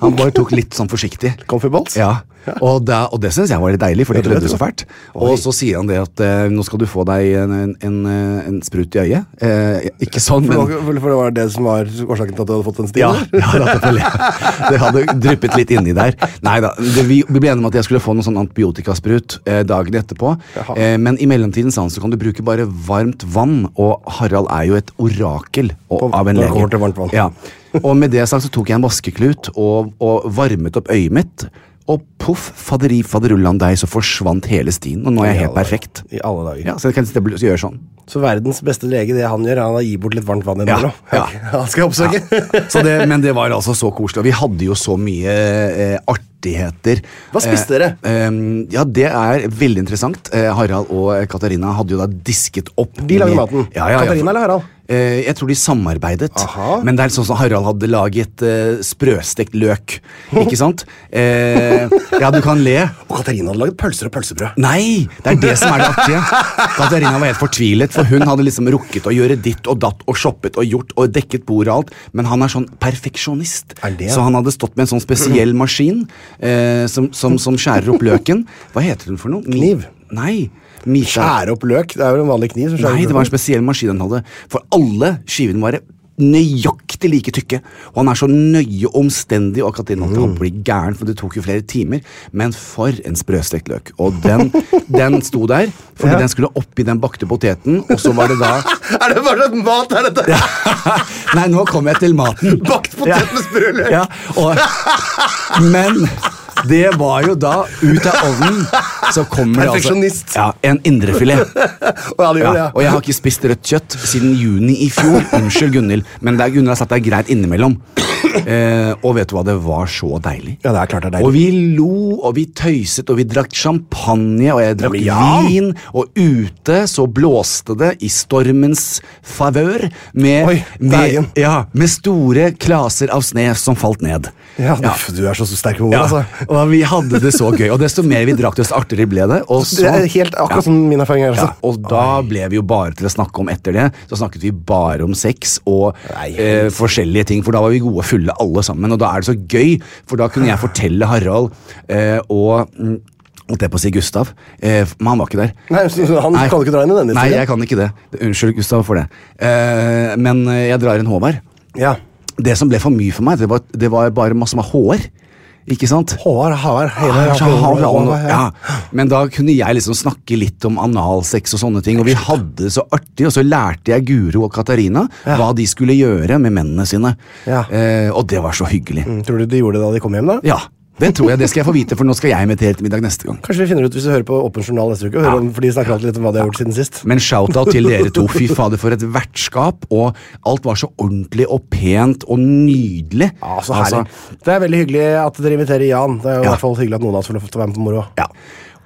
S1: Han bare tok litt sånn forsiktig.
S2: Comfy balls?
S1: Ja, Og, da, og det syns jeg var litt deilig, for det
S2: Ja, det vet
S1: klødde
S2: du.
S1: så fælt. Og så sier han det at eh, nå skal du få deg en, en, en, eh, en sprut i øyet. Eh, ikke sånn,
S2: For,
S1: men
S2: det var- for det var det som var årsaken til at du hadde fått den stien?
S1: ja,
S2: eller?
S1: ja det, hadde, vel- det hadde dryppet litt inni der. Nei da, det, vi, vi ble enige om at jeg skulle få noe sånn antibiotikasprutt eh, dagen etterpå.
S2: Jaha.
S1: Eh, men i mellomtiden sa han så kan du bruke bare varmt vann, og Harald er jo et orakel og,
S2: På-
S1: av en
S2: når det
S1: lege.
S2: kommer til varmt vann.
S1: Ja. Og med det sagt så tok jeg en vaskeklut og, og varmet opp øyet mitt. Og poff, faderi faderullan deg, så forsvant hele stien. Og nå er jeg helt
S2: I alle
S1: perfekt.
S2: dager. I alle dager.
S1: Ja, så jeg kan stabl- gjøre sånn.
S2: Så verdens beste lege, det han gjør, han har gi bort litt varmt vann innimellom?
S1: ja.
S2: Ok, Han skal jeg oppsøke?
S1: Ja. Så det, men det var altså så koselig. Og vi hadde jo så mye eh, artigheter.
S2: Hva spiste dere?
S1: Eh, em, ja, Det er veldig interessant. Eh, Harald og eh, Katarina hadde jo da disket opp
S2: De lagde
S1: med-
S2: maten.
S1: Ja, ja, ja.
S2: Katarina eller Harald?
S1: Eh, jeg tror de samarbeidet.
S2: Aha.
S1: Men det er sånn som Harald hadde laget eh, sprøstekt løk. Ikke sant? Eh, ja, du kan le.
S2: Og Katarina hadde laget pølser og pølsebrød.
S1: Nei! Det er det som er det artige. Katarina var helt fortvilet, for hun hadde liksom rukket å gjøre ditt og datt og shoppet og gjort og dekket bordet og alt, men han er sånn perfeksjonist.
S2: Er det?
S1: Så han hadde stått med en sånn spesiell maskin eh, som, som, som skjærer opp løken. Hva heter hun for noe? Mi-
S2: Kniv.
S1: Nei. Mita.
S2: Skjære opp løk. Det er jo en vanlig kniv. som skjærer
S1: Nei,
S2: opp
S1: det var en
S2: løk.
S1: spesiell maskin han hadde. For alle skivene var nøyaktig like tykke. Og han er så nøye omstendig, og Katrine holdt på
S2: Mm.
S1: å bli gæren, for det tok jo flere timer. Men for en sprøstekt løk. Og den, den sto der, fordi
S2: Ja.
S1: den skulle oppi den bakte poteten, og så var det da
S2: Er det bare sånn mat er dette?
S1: Nei, nå kom jeg til maten.
S2: Bakt potet med sprø løk.
S1: Ja, og, men det var jo da ut av ovnen så kommer det altså
S2: Perfeksjonist.
S1: ja, en indrefilet.
S2: Og ja, det gjør det,
S1: Ja,
S2: ja.
S1: og jeg har ikke spist rødt kjøtt siden juni i fjor. Unnskyld, Gunhild, men det er, Gunhild har sagt det er greit innimellom. Eh, og vet du hva, det var så deilig.
S2: Ja, det er klart det er deilig.
S1: Og vi lo, og vi tøyset, og vi drakk champagne, og jeg drakk
S2: men ja.
S1: vin, og ute så blåste det i stormens favør med,
S2: Oi, deigen.
S1: med, ja, med store klaser av snø som falt ned.
S2: Ja, du, du er så sterk med ord,
S1: Ja,
S2: altså.
S1: og vi hadde det så gøy, og desto mer vi drakk, desto artigere ble det. Og så,
S2: Det er helt akkurat som min erfaring er.
S1: sånn. ja,
S2: Altså.
S1: og da ble vi jo bare til å snakke om etter det. Så snakket vi bare om sex og
S2: Nei.
S1: eh, forskjellige ting, for da var vi gode og fulle alle sammen. Og da er det så gøy, for da kunne jeg fortelle Harald eh, og mm, Holdt jeg på å si Gustav, eh, men han var ikke der.
S2: Nei, så han kan ikke dra inn i denne
S1: Nei,
S2: historien.
S1: jeg kan ikke det. Unnskyld Gustav for det. Eh, men eh, jeg drar inn Håvard.
S2: Ja.
S1: Det som ble for mye for meg, det var, det var bare masse med HR. Ikke sant?
S2: Håvard Havar.
S1: Ja, Ah, så har vi alle- ja. Men da kunne jeg liksom snakke litt om analsex og sånne ting, og vi hadde det så artig, og så lærte jeg Guro og Katarina hva de skulle gjøre med mennene sine.
S2: Ja.
S1: Eh, og det var så hyggelig.
S2: Mm, Tror du de gjorde det da de kom hjem, da?
S1: Ja, det tror jeg. Det skal jeg få vite, for nå skal jeg invitere til middag neste gang.
S2: Kanskje vi finner ut hvis vi hører på Åpen journal neste uke. og hører om, for de snakker alltid litt om hva de har gjort siden sist.
S1: Men shout-out til dere to. Fy fader, for et vertskap. Og alt var så ordentlig og pent og nydelig.
S2: Ja, så herlig. Altså, det er veldig hyggelig at dere inviterer Jan. Det er jo i
S1: altså, Ja.
S2: hvert fall hyggelig at noen av oss får lov til å være med på moroa.
S1: ja.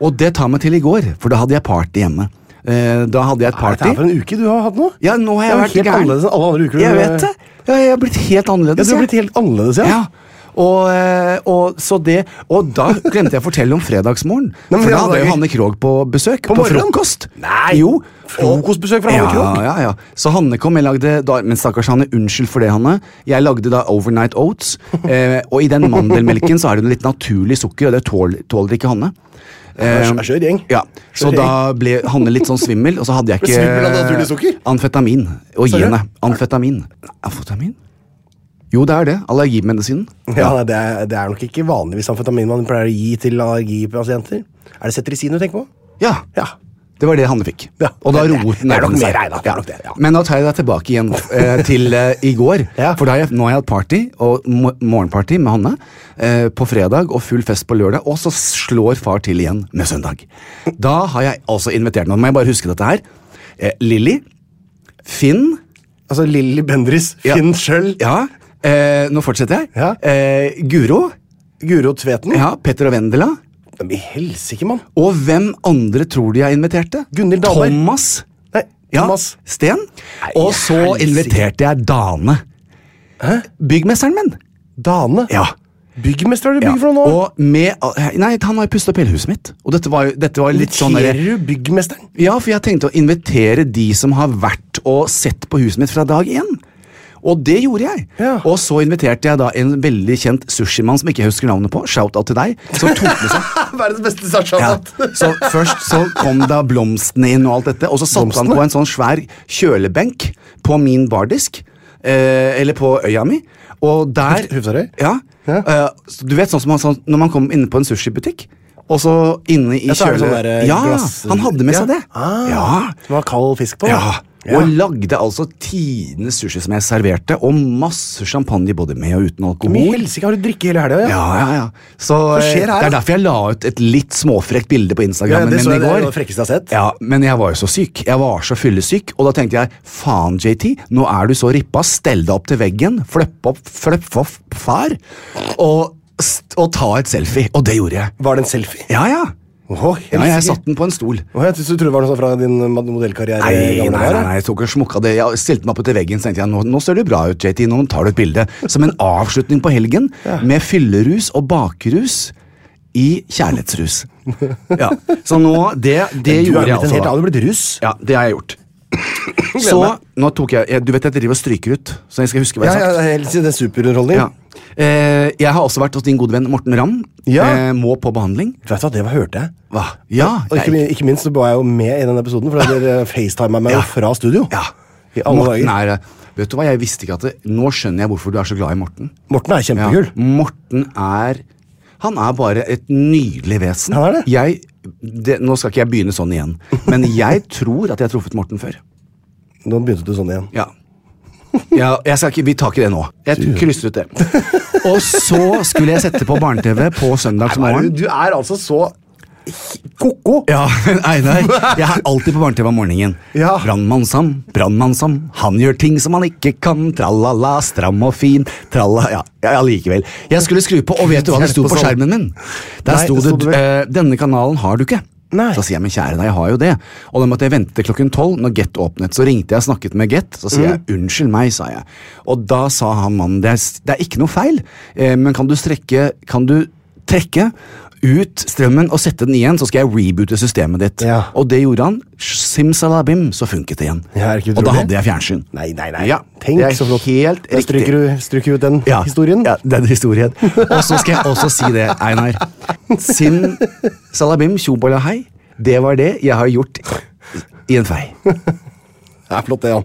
S1: Og det tar meg til i går, for da hadde jeg party hjemme. Eh, da hadde jeg et
S2: Dette
S1: party.
S2: er for en uke du har hatt nå.
S1: Ja, nå har jeg
S2: Det er
S1: vært
S2: helt annerledes enn alle andre uker. du-
S1: Jeg vet det. Ja, jeg har blitt helt
S2: Ja,
S1: annerledes.
S2: du har
S1: jeg.
S2: blitt helt annerledes, ja.
S1: ja. Og, eh, og, så det, og da glemte jeg å fortelle om fredagsmorgen.
S2: Nei, men
S1: for
S2: det
S1: da
S2: var
S1: hadde
S2: gøy.
S1: jo Hanne Krogh på besøk. På,
S2: morgenen?
S1: frokost. Nei, jo.
S2: Frokostbesøk fra Hanne Krogh?
S1: Ja, ja, ja. Så Hanne kom, jeg lagde da, Men stakkars Hanne, unnskyld for det, Hanne. Jeg lagde da Overnight Oats. Eh, og i den mandelmelken så er det noe litt naturlig sukker, og det tål, tåler ikke Hanne.
S2: Det er skjør gjeng.
S1: Ehm, Ja, Så
S2: Skjør gjeng.
S1: da ble Hanne litt sånn svimmel, og så hadde jeg
S2: Ble svimmel av naturlig
S1: ikke
S2: sukker?
S1: Amfetamin. Og gi
S2: Seriøst?
S1: henne amfetamin. Amfetamin? Jo, det er det. Allergimedisinen.
S2: Ja, nei, det, er, det er nok ikke vanligvis amfetamin man pleier å gi til allergipasienter. Er det cetirizin du tenker på?
S1: Ja.
S2: Ja.
S1: Det var det Hanne fikk.
S2: Ja.
S1: Og da
S2: Det-
S1: roet
S2: det er nok
S1: nervene
S2: mer
S1: seg.
S2: regnet, det er nok det, ja.
S1: Men da tar jeg deg tilbake igjen eh, til eh, i går.
S2: Ja.
S1: For da har jeg, nå har jeg hatt party, og mo- morgenparty med Hanne eh, på fredag og full fest på lørdag, og så slår far til igjen med søndag. Da har jeg altså invitert noen. Må jeg bare huske dette her. Eh, Lilly, Finn
S2: Altså Lilly Bendriss,
S1: Ja.
S2: Finn Schjøll,
S1: Ja, eh, nå fortsetter jeg.
S2: Ja.
S1: Eh, Guro,
S2: Guro Tveten.
S1: ja, Petter og Vendela.
S2: Men I helsike, mann!
S1: Og hvem andre tror de jeg inviterte?
S2: Gunhild Dahlberg.
S1: Thomas.
S2: Nei,
S1: Ja,
S2: Thomas.
S1: Sten. Og så
S2: helsike.
S1: inviterte jeg Dane. Byggmesteren min.
S2: Dane.
S1: Ja.
S2: Byggmester har du
S1: Ja,
S2: bygd for noe nå?
S1: Og med, nei, han har pustet opp hele huset mitt. Og dette var, jo- dette var litt sånn der-
S2: Inviterer du byggmesteren?
S1: Ja, for jeg tenkte å invitere de som har vært og sett på huset mitt fra dag én. Og det gjorde jeg.
S2: Ja.
S1: Og så inviterte jeg da en veldig kjent sushimann som ikke jeg husker navnet på. Shout-out til deg. Som tok med seg
S2: Verdens beste startshout.
S1: ja. Så først så kom da blomstene inn og alt dette, og så satte han
S2: Blomstene?
S1: på en sånn svær kjølebenk på min bardisk. Eh, eller på øya mi. Og der
S2: Hufsarøy?
S1: Ja.
S2: Ja.
S1: Eh, så du vet sånn som han, sånn, når man kom inne på en sushibutikk, og så inne i
S2: Ja, så er det
S1: kjølet
S2: sånn der, eh,
S1: Ja,
S2: glass-
S1: han hadde med seg
S2: Ja.
S1: det.
S2: Ah.
S1: Ja.
S2: Som har kald fisk på?
S1: Ja.
S2: Ja.
S1: Og lagde altså tidenes sushi som jeg serverte, og masse champagne både med og uten
S2: Men i
S1: alkohol.
S2: helsike, har du drikke hele helga?
S1: Ja, ja, ja. Så, eh,
S2: skjer her,
S1: Det er
S2: da?
S1: derfor jeg la ut et litt småfrekt bilde på
S2: Ja,
S1: Instagrammen
S2: det så
S1: min i
S2: jeg det er
S1: går.
S2: jo det frekkeste jeg har sett.
S1: Ja, Men jeg var jo så syk. Jeg var så fyllesyk. Og da tenkte jeg faen, JT, nå er du så rippa. Stell deg opp til veggen. Fløpp opp, fløpp opp far. Og, st- og ta et selfie. Og det gjorde jeg.
S2: Var det en selfie?
S1: Ja, ja.
S2: Åh,
S1: ja jeg
S2: helsike.
S1: satte den på en stol.
S2: Åh, jeg synes du trodde det var noe sånt fra din eh, modellkarriere.
S1: Nei, nei,
S2: gamle
S1: nei,
S2: dager, ja.
S1: nei, jeg tok og smukka det. Jeg stilte meg opp til veggen så tenkte jeg, nå, nå ser du bra ut, JT. Nå tar du et bilde. Som en avslutning på helgen med fyllerus og bakrus i kjærlighetsrus. Ja, Så nå Det, det gjorde jeg
S2: Du er blitt en
S1: altså.
S2: helt
S1: da.
S2: annen, du er blitt russ.
S1: Ja, det har jeg gjort. Så nå tok jeg, jeg Du vet jeg driver og stryker ut, så jeg skal huske hva
S2: Ja,
S1: jeg har
S2: ja,
S1: sagt.
S2: helt siden det er superunderholdning.
S1: Ja. Eh, jeg har også vært hos din gode venn Morten Ramm.
S2: Ja.
S1: Eh, må på behandling.
S2: Vet du hva, det var, hørte jeg.
S1: Hva? Ja,
S2: Og ikke, min- ikke minst så var jeg jo med i den episoden, for dere facetima meg jo
S1: Ja.
S2: fra studio.
S1: Ja.
S2: I alle
S1: Morten
S2: dager.
S1: er Vet du hva, jeg visste ikke at det, Nå skjønner jeg hvorfor du er så glad i Morten.
S2: Morten er
S1: Ja,
S2: kjempekul.
S1: Morten er Han er bare et nydelig vesen.
S2: Han er det.
S1: Jeg, det, nå skal ikke jeg begynne sånn igjen, men jeg tror at jeg har truffet Morten før.
S2: Nå begynte du sånn igjen.
S1: Ja. ja jeg skal ikke, vi tar ikke det nå. Jeg krysser ut det. Og så skulle jeg sette på barne-TV på søndagsmorgen.
S2: du er altså så Ko-ko!
S1: Ja, men Einar, jeg er alltid på barne-TV om morgenen.
S2: Ja.
S1: Brannmann Sam, brannmann Sam, han gjør ting som han ikke kan. Tralala, stram og fin. Tralla, ja, ja, allikevel. Jeg skulle skru på, og vet du hva det sto på skjermen min? Der
S2: sånn. Nei,
S1: sto
S2: det sto
S1: det
S2: det vel.
S1: eh, 'Denne kanalen har du ikke'.
S2: Nei.
S1: Så sier jeg, men kjære deg, jeg har jo det. Og da måtte jeg vente til klokken tolv. Når Get åpnet, så ringte jeg og snakket med Get. Så
S2: Mm.
S1: sier jeg, unnskyld meg, sa jeg. Og da sa han mannen, det er, s- det er ikke noe feil, eh, men kan du strekke, kan du trekke ut strømmen og sette den igjen, så skal jeg reboote systemet ditt.
S2: Ja.
S1: Og det gjorde han. Simsalabim, så funket det igjen.
S2: Ja, er det ikke
S1: og da
S2: utrolig?
S1: hadde jeg fjernsyn.
S2: Nei, nei, nei.
S1: Ja,
S2: Tenk
S1: det er
S2: så flott.
S1: helt
S2: Da
S1: riktig.
S2: stryker du, stryker du ut den
S1: Ja,
S2: historien.
S1: Ja, den historien. Og så skal jeg også si det, Einar. Sim salabim tjobala hei. Det var det jeg har gjort i en fei.
S2: Det er flott, det, Jan.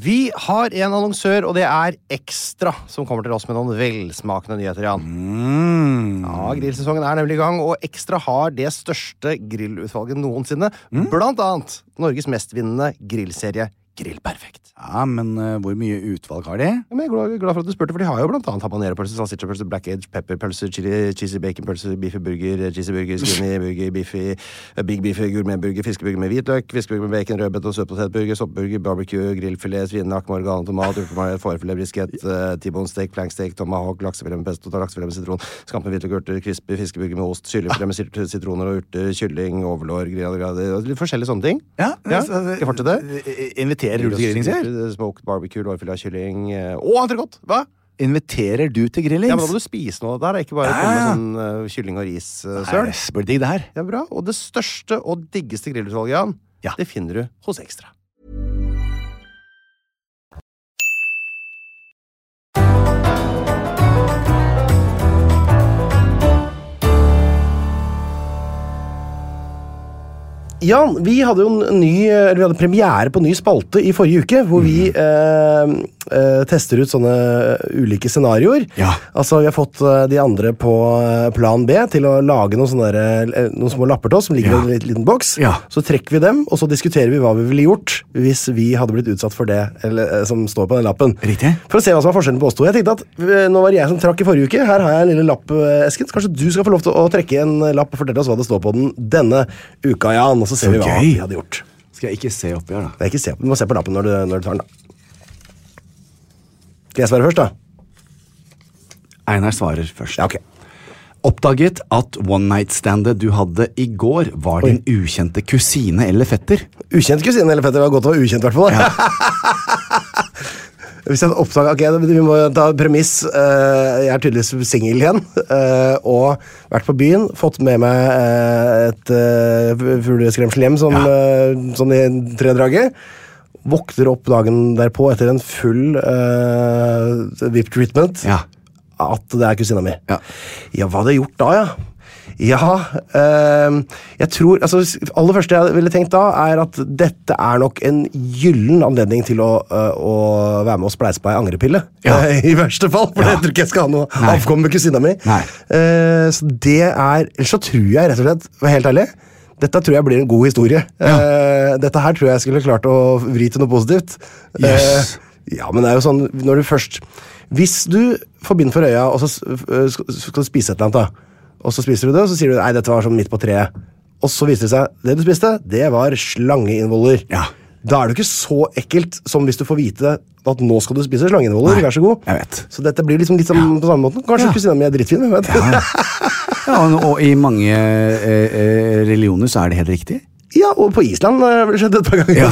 S3: Vi har en annonsør, og det er Ekstra, som kommer til oss med noen velsmakende nyheter. Jan.
S1: Mm.
S3: Ja, Grillsesongen er nemlig i gang, og Ekstra har det største grillutvalget noensinne.
S2: Mm.
S3: Blant annet Norges mestvinnende grillserie Grill Perfekt.
S1: Ja, Men eh, hvor mye utvalg har de?
S3: Ja, men jeg er glad, glad for at du spurte, for de har jo blant annet habaneropølse, salsichapølse, black edge, pepperpølse, chili, cheesy baconpølse, beefy burger, cheesy burger, skinny burger, beefy, eh, big beefy, gourmetburger, fiskeburger med hvitløk, fiskeburger med bacon, rødbet og søtpotetburger, soppburger, barbecue, grillfilet, svinenakk, margan, tomat, urtemarmelade, fårefilet, brisket, eh, t-bone steak, planksteak, tomahawk, laksefilet med pesto, laksefilet med sitron, skampe med hvitløk, urter, crispy, fiskeburger med ost, kyllingfilet med sit- sitroner og urter, kylling, overlår, grillade, litt forskjellige sånne ting.
S1: altså,
S3: Skal jeg fortsette? eh,
S1: Inviterer du til grilling, sier?
S3: Smoked barbecue, lårfilet av kylling eh, Og entrecôte! Hva?
S1: Inviterer du til grilling?
S3: Ja, men Da må du spise noe av det der, ikke bare
S1: Ja,
S3: komme
S1: ja.
S3: med sånn eh, kylling og ris-søl.
S1: Spør digg, det her.
S3: ja, bra. Og det største og diggeste grillutvalget, Jan,
S1: Ja.
S3: det finner du hos Ekstra.
S2: Jan, vi hadde jo en ny, eller vi hadde premiere på en ny spalte i forrige uke, hvor vi
S3: Mhm.
S2: eh, eh, tester ut sånne ulike scenarioer.
S1: Ja.
S2: Altså, Vi har fått eh, de andre på eh, plan B til å lage noen, sånne der, eh, noen små lapper til oss som ligger
S1: Ja.
S2: i en liten- liten boks.
S1: Ja.
S2: Så trekker vi dem, og så diskuterer vi hva vi ville gjort hvis vi hadde blitt utsatt for det eller, eh, som står på den lappen.
S1: Riktig.
S2: For å se hva som er forskjellen på oss to. Jeg tenkte at eh, Nå var det jeg som trakk i forrige uke. Her har jeg en lille lapp, eh, Esken. Så Kanskje du skal få lov til å trekke en eh, lapp og fortelle oss hva det står på den denne uka, Jan. Og så ser
S1: Så
S2: vi hva
S1: gøy.
S2: vi hadde gjort.
S1: Skal jeg ikke se oppi her, da?
S2: Det er ikke se på, du må se på lappen når du, når du tar den, da. Skal jeg svare først, da?
S1: Einar svarer først.
S2: Ja, ok.
S1: Oppdaget at one night-standet du hadde i går, var din ukjente kusine eller fetter.
S2: Ukjent kusine eller fetter. Det var godt å være ukjent, i hvert fall. Hvis jeg oppdager, ok, da- Vi må ta premiss. Eh, jeg er tydeligvis singel igjen. eh, og vært på byen. Fått med meg eh, et eh, fugleskremsel hjem som,
S1: Ja.
S2: eh, sånn i tredraget. Våkner opp dagen derpå etter en full eh, VIP treatment
S1: Ja.
S2: at det er kusina mi.
S1: Ja.
S2: Ja, hva hadde jeg gjort da, ja? Ja ehm, Jeg tror altså, s- Aller første jeg ville tenkt da, er at dette er nok en gyllen anledning til å, øh, å være med og spleise på ei angrepille.
S1: Ja.
S2: Eh, I verste fall, for
S1: Ja.
S2: jeg tror ikke jeg skal ha noe
S1: Nei.
S2: avkom med kusina mi.
S1: Nei.
S2: Eh, så det er Ellers så tror jeg rett og slett, for å være helt ærlig dette tror jeg blir en god historie. Eh, dette her tror jeg skulle klart å vri til noe positivt.
S1: Yes.
S2: Eh, Ja, men det er jo sånn, når du først Hvis du får bind for øya, og så s- øh, skal skal du spise et eller annet, da. og så spiser du det, og så sier du nei, dette var sånn midt på treet, og så viser det seg det du spiste, det var slangeinvoller.
S1: Ja.
S2: Da er det jo ikke så ekkelt som hvis du får vite at nå skal du spise slangeinvoller.
S1: Nei,
S2: Vær så god.
S1: jeg vet.
S2: Så dette blir liksom litt som på samme måten. Kanskje
S1: Ja.
S2: kusina mi er drittfin. hvem vet.
S1: Ja. Ja, og, og i mange eh, eh, religioner så er det helt riktig.
S2: Ja, og på Island eh, har det skjedd et par ganger.
S1: Ja,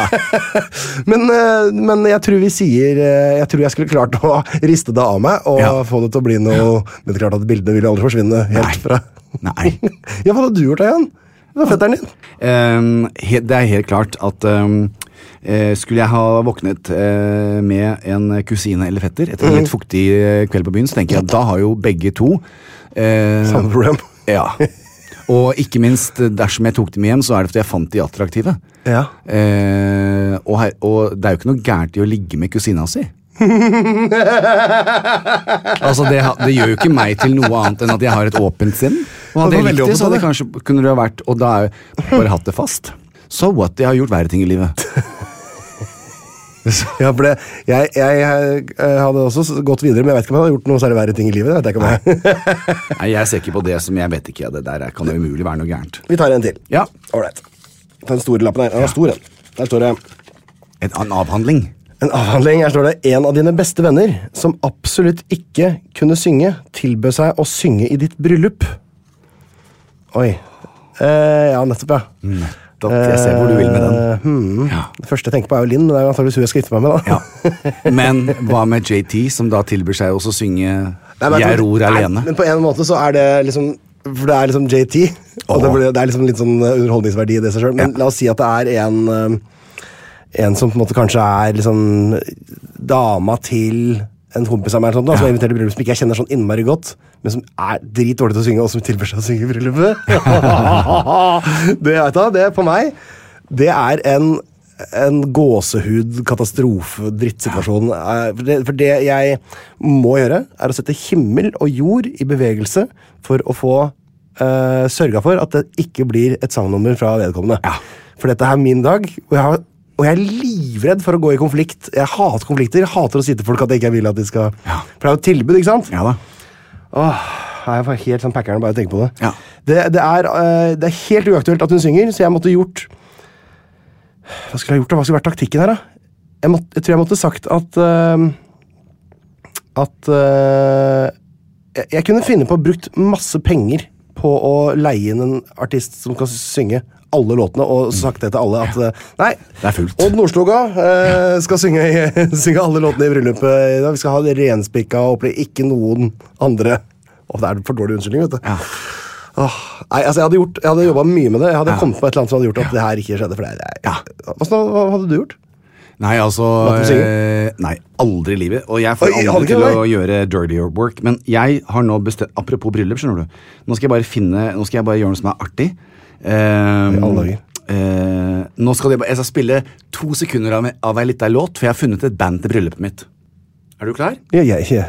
S1: ja.
S2: men, eh, men jeg tror vi sier eh, Jeg tror jeg skulle klart å riste det av meg og
S1: Ja.
S2: få det til å bli noe Men det er klart at bildene vil jo aldri forsvinne helt
S1: Nei.
S2: fra
S1: Nei.
S2: Ja, hva hadde du gjort da, Jan? Det var fetteren din.
S1: Ehm, he, det er helt klart at ehm, eh, skulle jeg ha våknet eh, med en kusine eller fetter etter
S2: Mm.
S1: en litt fuktig eh, kveld på byen, så tenker jeg at da har jo begge to eh,
S2: Samme problem.
S1: Ja. Og ikke minst, eh, dersom jeg tok dem hjem, så er det fordi jeg fant de attraktive.
S2: Ja.
S1: Eh, og, her, og det er jo ikke noe gærent i å ligge med kusina si. Altså, det, ha- det gjør jo ikke meg til noe annet enn at jeg har et åpent sinn. Og hadde
S2: Ja, det
S1: jeg
S2: var
S1: likt
S2: veldig
S1: det, så
S2: åpent,
S1: hadde jeg kanskje, kunne det ha vært Og da er jeg bare hatt det fast. So what? Jeg har gjort verre ting i livet.
S2: Ja, for det, jeg, jeg, eh, hadde også s- gått videre, men jeg vet ikke om jeg hadde gjort noe særlig verre ting i livet. Det vet jeg ikke om jeg.
S1: Nei, Jeg ser ikke på det som jeg vet ikke. Det der er- kan det umulig være noe gærent.
S2: Vi tar en til.
S1: Ja,
S2: Ålreit. Den store lappen her. Den er stor, den. Der står det
S1: En annen avhandling.
S2: En avhandling, her står det En av dine beste venner, som absolutt ikke kunne synge, tilbød seg å synge i ditt bryllup. Oi. Eh, ja, nettopp, ja.
S1: Da, Mm, jeg ser hvor du vil med den.
S2: Eh, hmm.
S1: Ja.
S2: Det første jeg tenker på, er jo Linn, men det er jo antakeligvis hun jeg skal gifte meg med. da.
S1: Ja. Men hva med JT, som da tilbyr seg også å synge
S2: Nei, men jeg
S1: 'Jeg
S2: tror-
S1: ror
S2: nei,
S1: alene'?
S2: Men på en måte så er det liksom For det er liksom JT, og det,
S1: Åh.
S2: blir, det er liksom litt sånn eh, underholdningsverdi i det seg sjøl. Men
S1: Ja.
S2: la oss si at det er en eh, En som på en måte kanskje er liksom dama til en kompis av meg eller sånt, da, som jeg inviterer til bryllup, som ikke jeg kjenner sånn innmari godt, men som er dritdårlig til å synge, og som tilbyr seg å synge i bryllupet. det vet du, hva, det er på meg Det er en en gåsehud-katastrofe-drittsituasjon. Eh, For, det- for det jeg må gjøre, er å sette himmel og jord i bevegelse for å få uh, sørga for at det ikke blir et sangnummer fra vedkommende. For dette er min dag, og jeg, har, og jeg er livredd for å gå i konflikt. Jeg hater konflikter, hater å si til folk at jeg ikke vil at de skal
S1: Ja.
S2: For det er jo et tilbud, ikke sant?
S1: Ja da.
S2: Nei, Jeg får helt sånn packeren bare av å tenke på det.
S1: Ja.
S2: Det, det, er, eh, det er helt uaktuelt at hun synger, så jeg måtte gjort Hva skulle jeg gjort da? Hva skulle vært taktikken her, da? Jeg, måtte, jeg tror jeg måtte sagt at eh, At eh, jeg, jeg kunne finne på å brukt masse penger på å leie inn en artist som kan synge alle låtene, og sagt det til alle at eh, Nei,
S1: Mm. Det er fullt.
S2: Odd Nordstoga eh, skal synge, i- synge alle låtene i bryllupet i dag. Vi skal ha det renspikka opplegg, ikke noen andre. Åh, det er for dårlig unnskyldning, vet du. Åh, nei, altså jeg hadde, gjort- jeg hadde jobba mye med det. Jeg hadde
S1: Ja.
S2: kommet på et eller annet som hadde gjort at det her ikke skjedde. For det, det,
S1: Ja.
S2: Hvordan hadde- hva hadde du gjort?
S1: Nei, altså
S2: Latt du synge?
S1: eh, Nei, aldri i livet. Og jeg får
S2: Oi, har du
S1: aldri
S2: ikke
S1: til
S2: det?
S1: å gjøre dirty work. Men jeg har nå bestemt Apropos bryllup, skjønner du. Nå skal jeg bare finne Nå skal jeg bare gjøre noe som er artig. Ehm,
S2: I alle dager.
S1: eh, nå skal jeg, bare- jeg skal spille to sekunder av, av ei lita låt, for jeg har funnet et band til bryllupet mitt. Er du klar?
S2: Ja, jeg, jeg.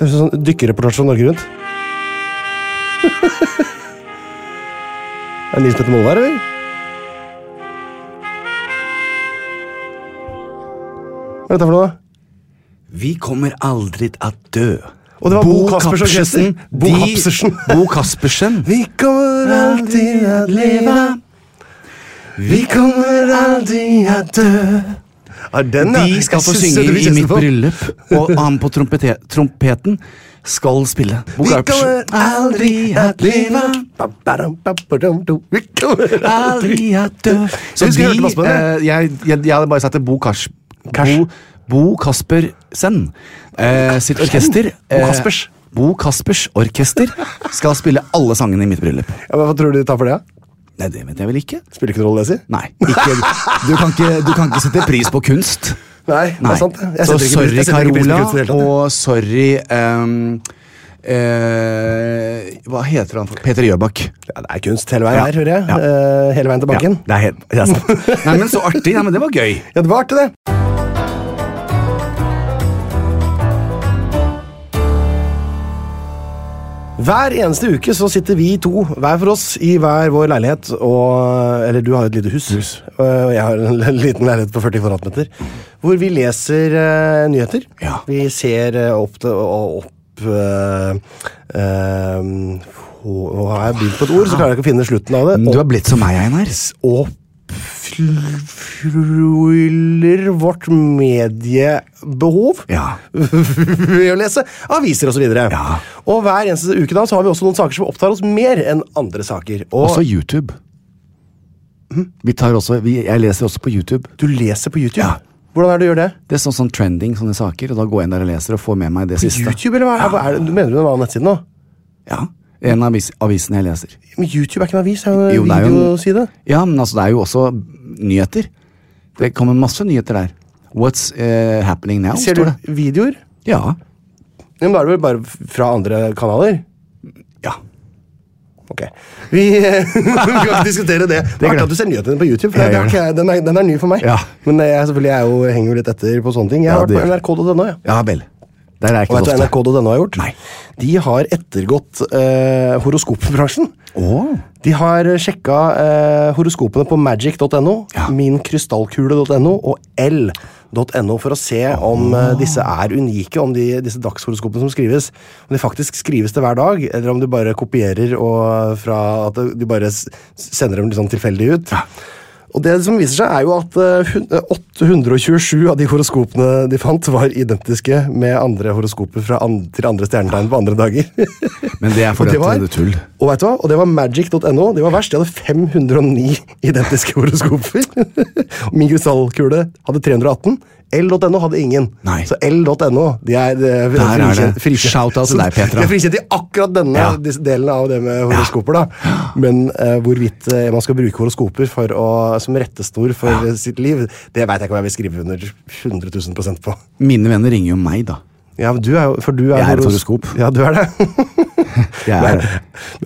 S2: Det er sånn dykkerreportasje fra Norge Rundt. er det Nils Petter Molle her, eller? Hva er dette for noe, da?
S1: Vi kommer aldri til å dø.
S2: Og det var Bo Kaspers orkester. Bo
S1: Bo
S2: Kapsersen.
S1: Kapsersen. de- Bo Kaspersen.
S2: Vi kommer alltid å leve. Vi kommer alltid å dø. Ja, den, ja.
S1: De skal få
S2: Jeg synes
S1: synge
S2: det
S1: i
S2: blir
S1: mitt
S2: kjempebra.
S1: bryllup, og han på trompete- trompeten skal spille. Bo
S2: Vi
S1: Karpsen.
S2: kommer aldri å leve. Ba-ba-dum-ba-ba-dum-dum. Vi kommer aldri
S1: Aldri å dø. Så
S2: Jeg husker
S1: de,
S2: jeg hørte masse på det.
S1: eh, jeg, jeg, jeg hadde bare sagt til Bo Kars... Bo, Bo Kaspersen eh, sitt orkester. eh,
S2: Bo Kaspers.
S1: Bo Kaspers orkester skal spille alle sangene i mitt bryllup.
S2: ja, men Hva tror du de tar for det? da?
S1: Nei, det vet jeg vel ikke.
S2: Spiller ikke noen rolle, det jeg sier?
S1: Nei, ikke, du, kan ikke, du kan ikke sette pris på kunst.
S2: Nei, det
S1: Nei.
S2: er sant. det. Jeg
S1: så
S2: setter ikke pris-
S1: sorry,
S2: jeg setter ikke pris på kunst i det hele
S1: Carola,
S2: tatt.
S1: og sorry ehm, eh, Hva heter han? for- Peter Gjøbakk.
S2: Ja, det er kunst hele veien
S1: Ja,
S2: her, hører jeg.
S1: ja.
S2: Eh, hele veien til
S1: Ja,
S2: banken.
S1: det er helt det er sant. Nei, men så artig. Nei, men det var gøy.
S2: Ja, det var artig, det. Hver eneste uke så sitter vi to hver for oss i hver vår leilighet. Og, eller du har jo et lite hus, og jeg har en l- liten leilighet på 40 kvadratmeter. Hvor vi leser eh, nyheter.
S1: Ja.
S2: Vi ser eh, opp til og opp eh, eh, hå- hva har jeg begynt på et ord, så klarer jeg ikke å finne slutten av det.
S1: Du har blitt som meg, Einar.
S2: Oppfyller vårt mediebehov
S1: Ja.
S2: ved å lese aviser osv. videre
S1: Ja.
S2: Og hver eneste uke da så har vi også noen saker som opptar oss mer enn andre saker. Og
S1: Også YouTube.
S2: Hm?
S1: Vi tar også, vi, jeg leser også på YouTube.
S2: du leser på YouTube.
S1: Ja.
S2: Hvordan er det du gjør det?
S1: Det er sånn, sånn trending, sånne saker, og da går jeg inn der og leser og får med meg det siste.
S2: YouTube, eller hva? hva Er det, du mener du det var en nettside nå?
S1: Ja, En av avis, avisene jeg leser.
S2: Men YouTube er ikke en avis, det er jo
S1: Jo,
S2: en
S1: det er jo en-
S2: videoside.
S1: Ja, men altså, det er jo også nyheter. Det kommer masse nyheter der. What's eh, happening now,
S2: Ser
S1: står det.
S2: du videoer?
S1: Ja.
S2: Ja, men da er det vel bare fra andre kanaler?
S1: ja.
S2: Ok. Vi, eh, vi kan ikke diskutere det. Det er
S1: glem.
S2: artig at du ser nyhetene på YouTube, for
S1: Jeg
S2: det har
S1: gjør
S2: ikke jeg- den, er, den er ny for meg.
S1: Ja.
S2: Men eh, jeg, selvfølgelig jeg er jo, henger jo litt etter på sånne ting. Jeg har
S1: Ja, det
S2: vært på
S1: gjør
S2: nrk.no. Ja.
S1: Ja vel. Der er jeg ikke
S2: Og vet du
S1: så
S2: hva
S1: ofte.
S2: nrk.no har gjort?
S1: Nei.
S2: De har ettergått eh, horoskopbransjen.
S1: Åh.
S2: De har sjekka eh, horoskopene på magic.no,
S1: Ja.
S2: minkrystallkule.no og l.no for å se om eh, disse er unike, om de, disse dagshoroskopene som skrives. Om de faktisk skrives til hver dag, eller om de bare kopierer og fra at de bare s- sender dem litt sånn tilfeldig ut. Og det som viser seg, er jo at eh, hun- eh, 827 av de horoskopene de fant, var identiske med andre horoskoper fra an til andre stjernetegn på andre dager.
S1: Men det er fordi at eh,
S2: Og det var-
S1: det er tull.
S2: Og vet du hva? Og det var magic.no. Det var verst. De hadde 509 identiske horoskoper. Og Min krystallkule hadde 318. L.no hadde ingen.
S1: Nei.
S2: Så L.no de er, de
S1: Der er
S2: er frikjent-
S1: det.
S2: frikjent-
S1: Shout-out til
S2: Så
S1: deg, Petra.
S2: De er frikjent i akkurat denne
S1: Ja.
S2: dis- delen av det med horoskoper. da. Men eh, hvorvidt eh, man skal bruke horoskoper for å, som rettesnor for eh, sitt liv, det veit jeg ikke om jeg vil skrive under 100 000 på.
S1: Mine venner ringer jo meg, da.
S2: Ja, men du er jo, for du er
S1: Jeg er et
S2: horos-
S1: horoskop.
S2: Ja, du er det.
S1: Jeg er,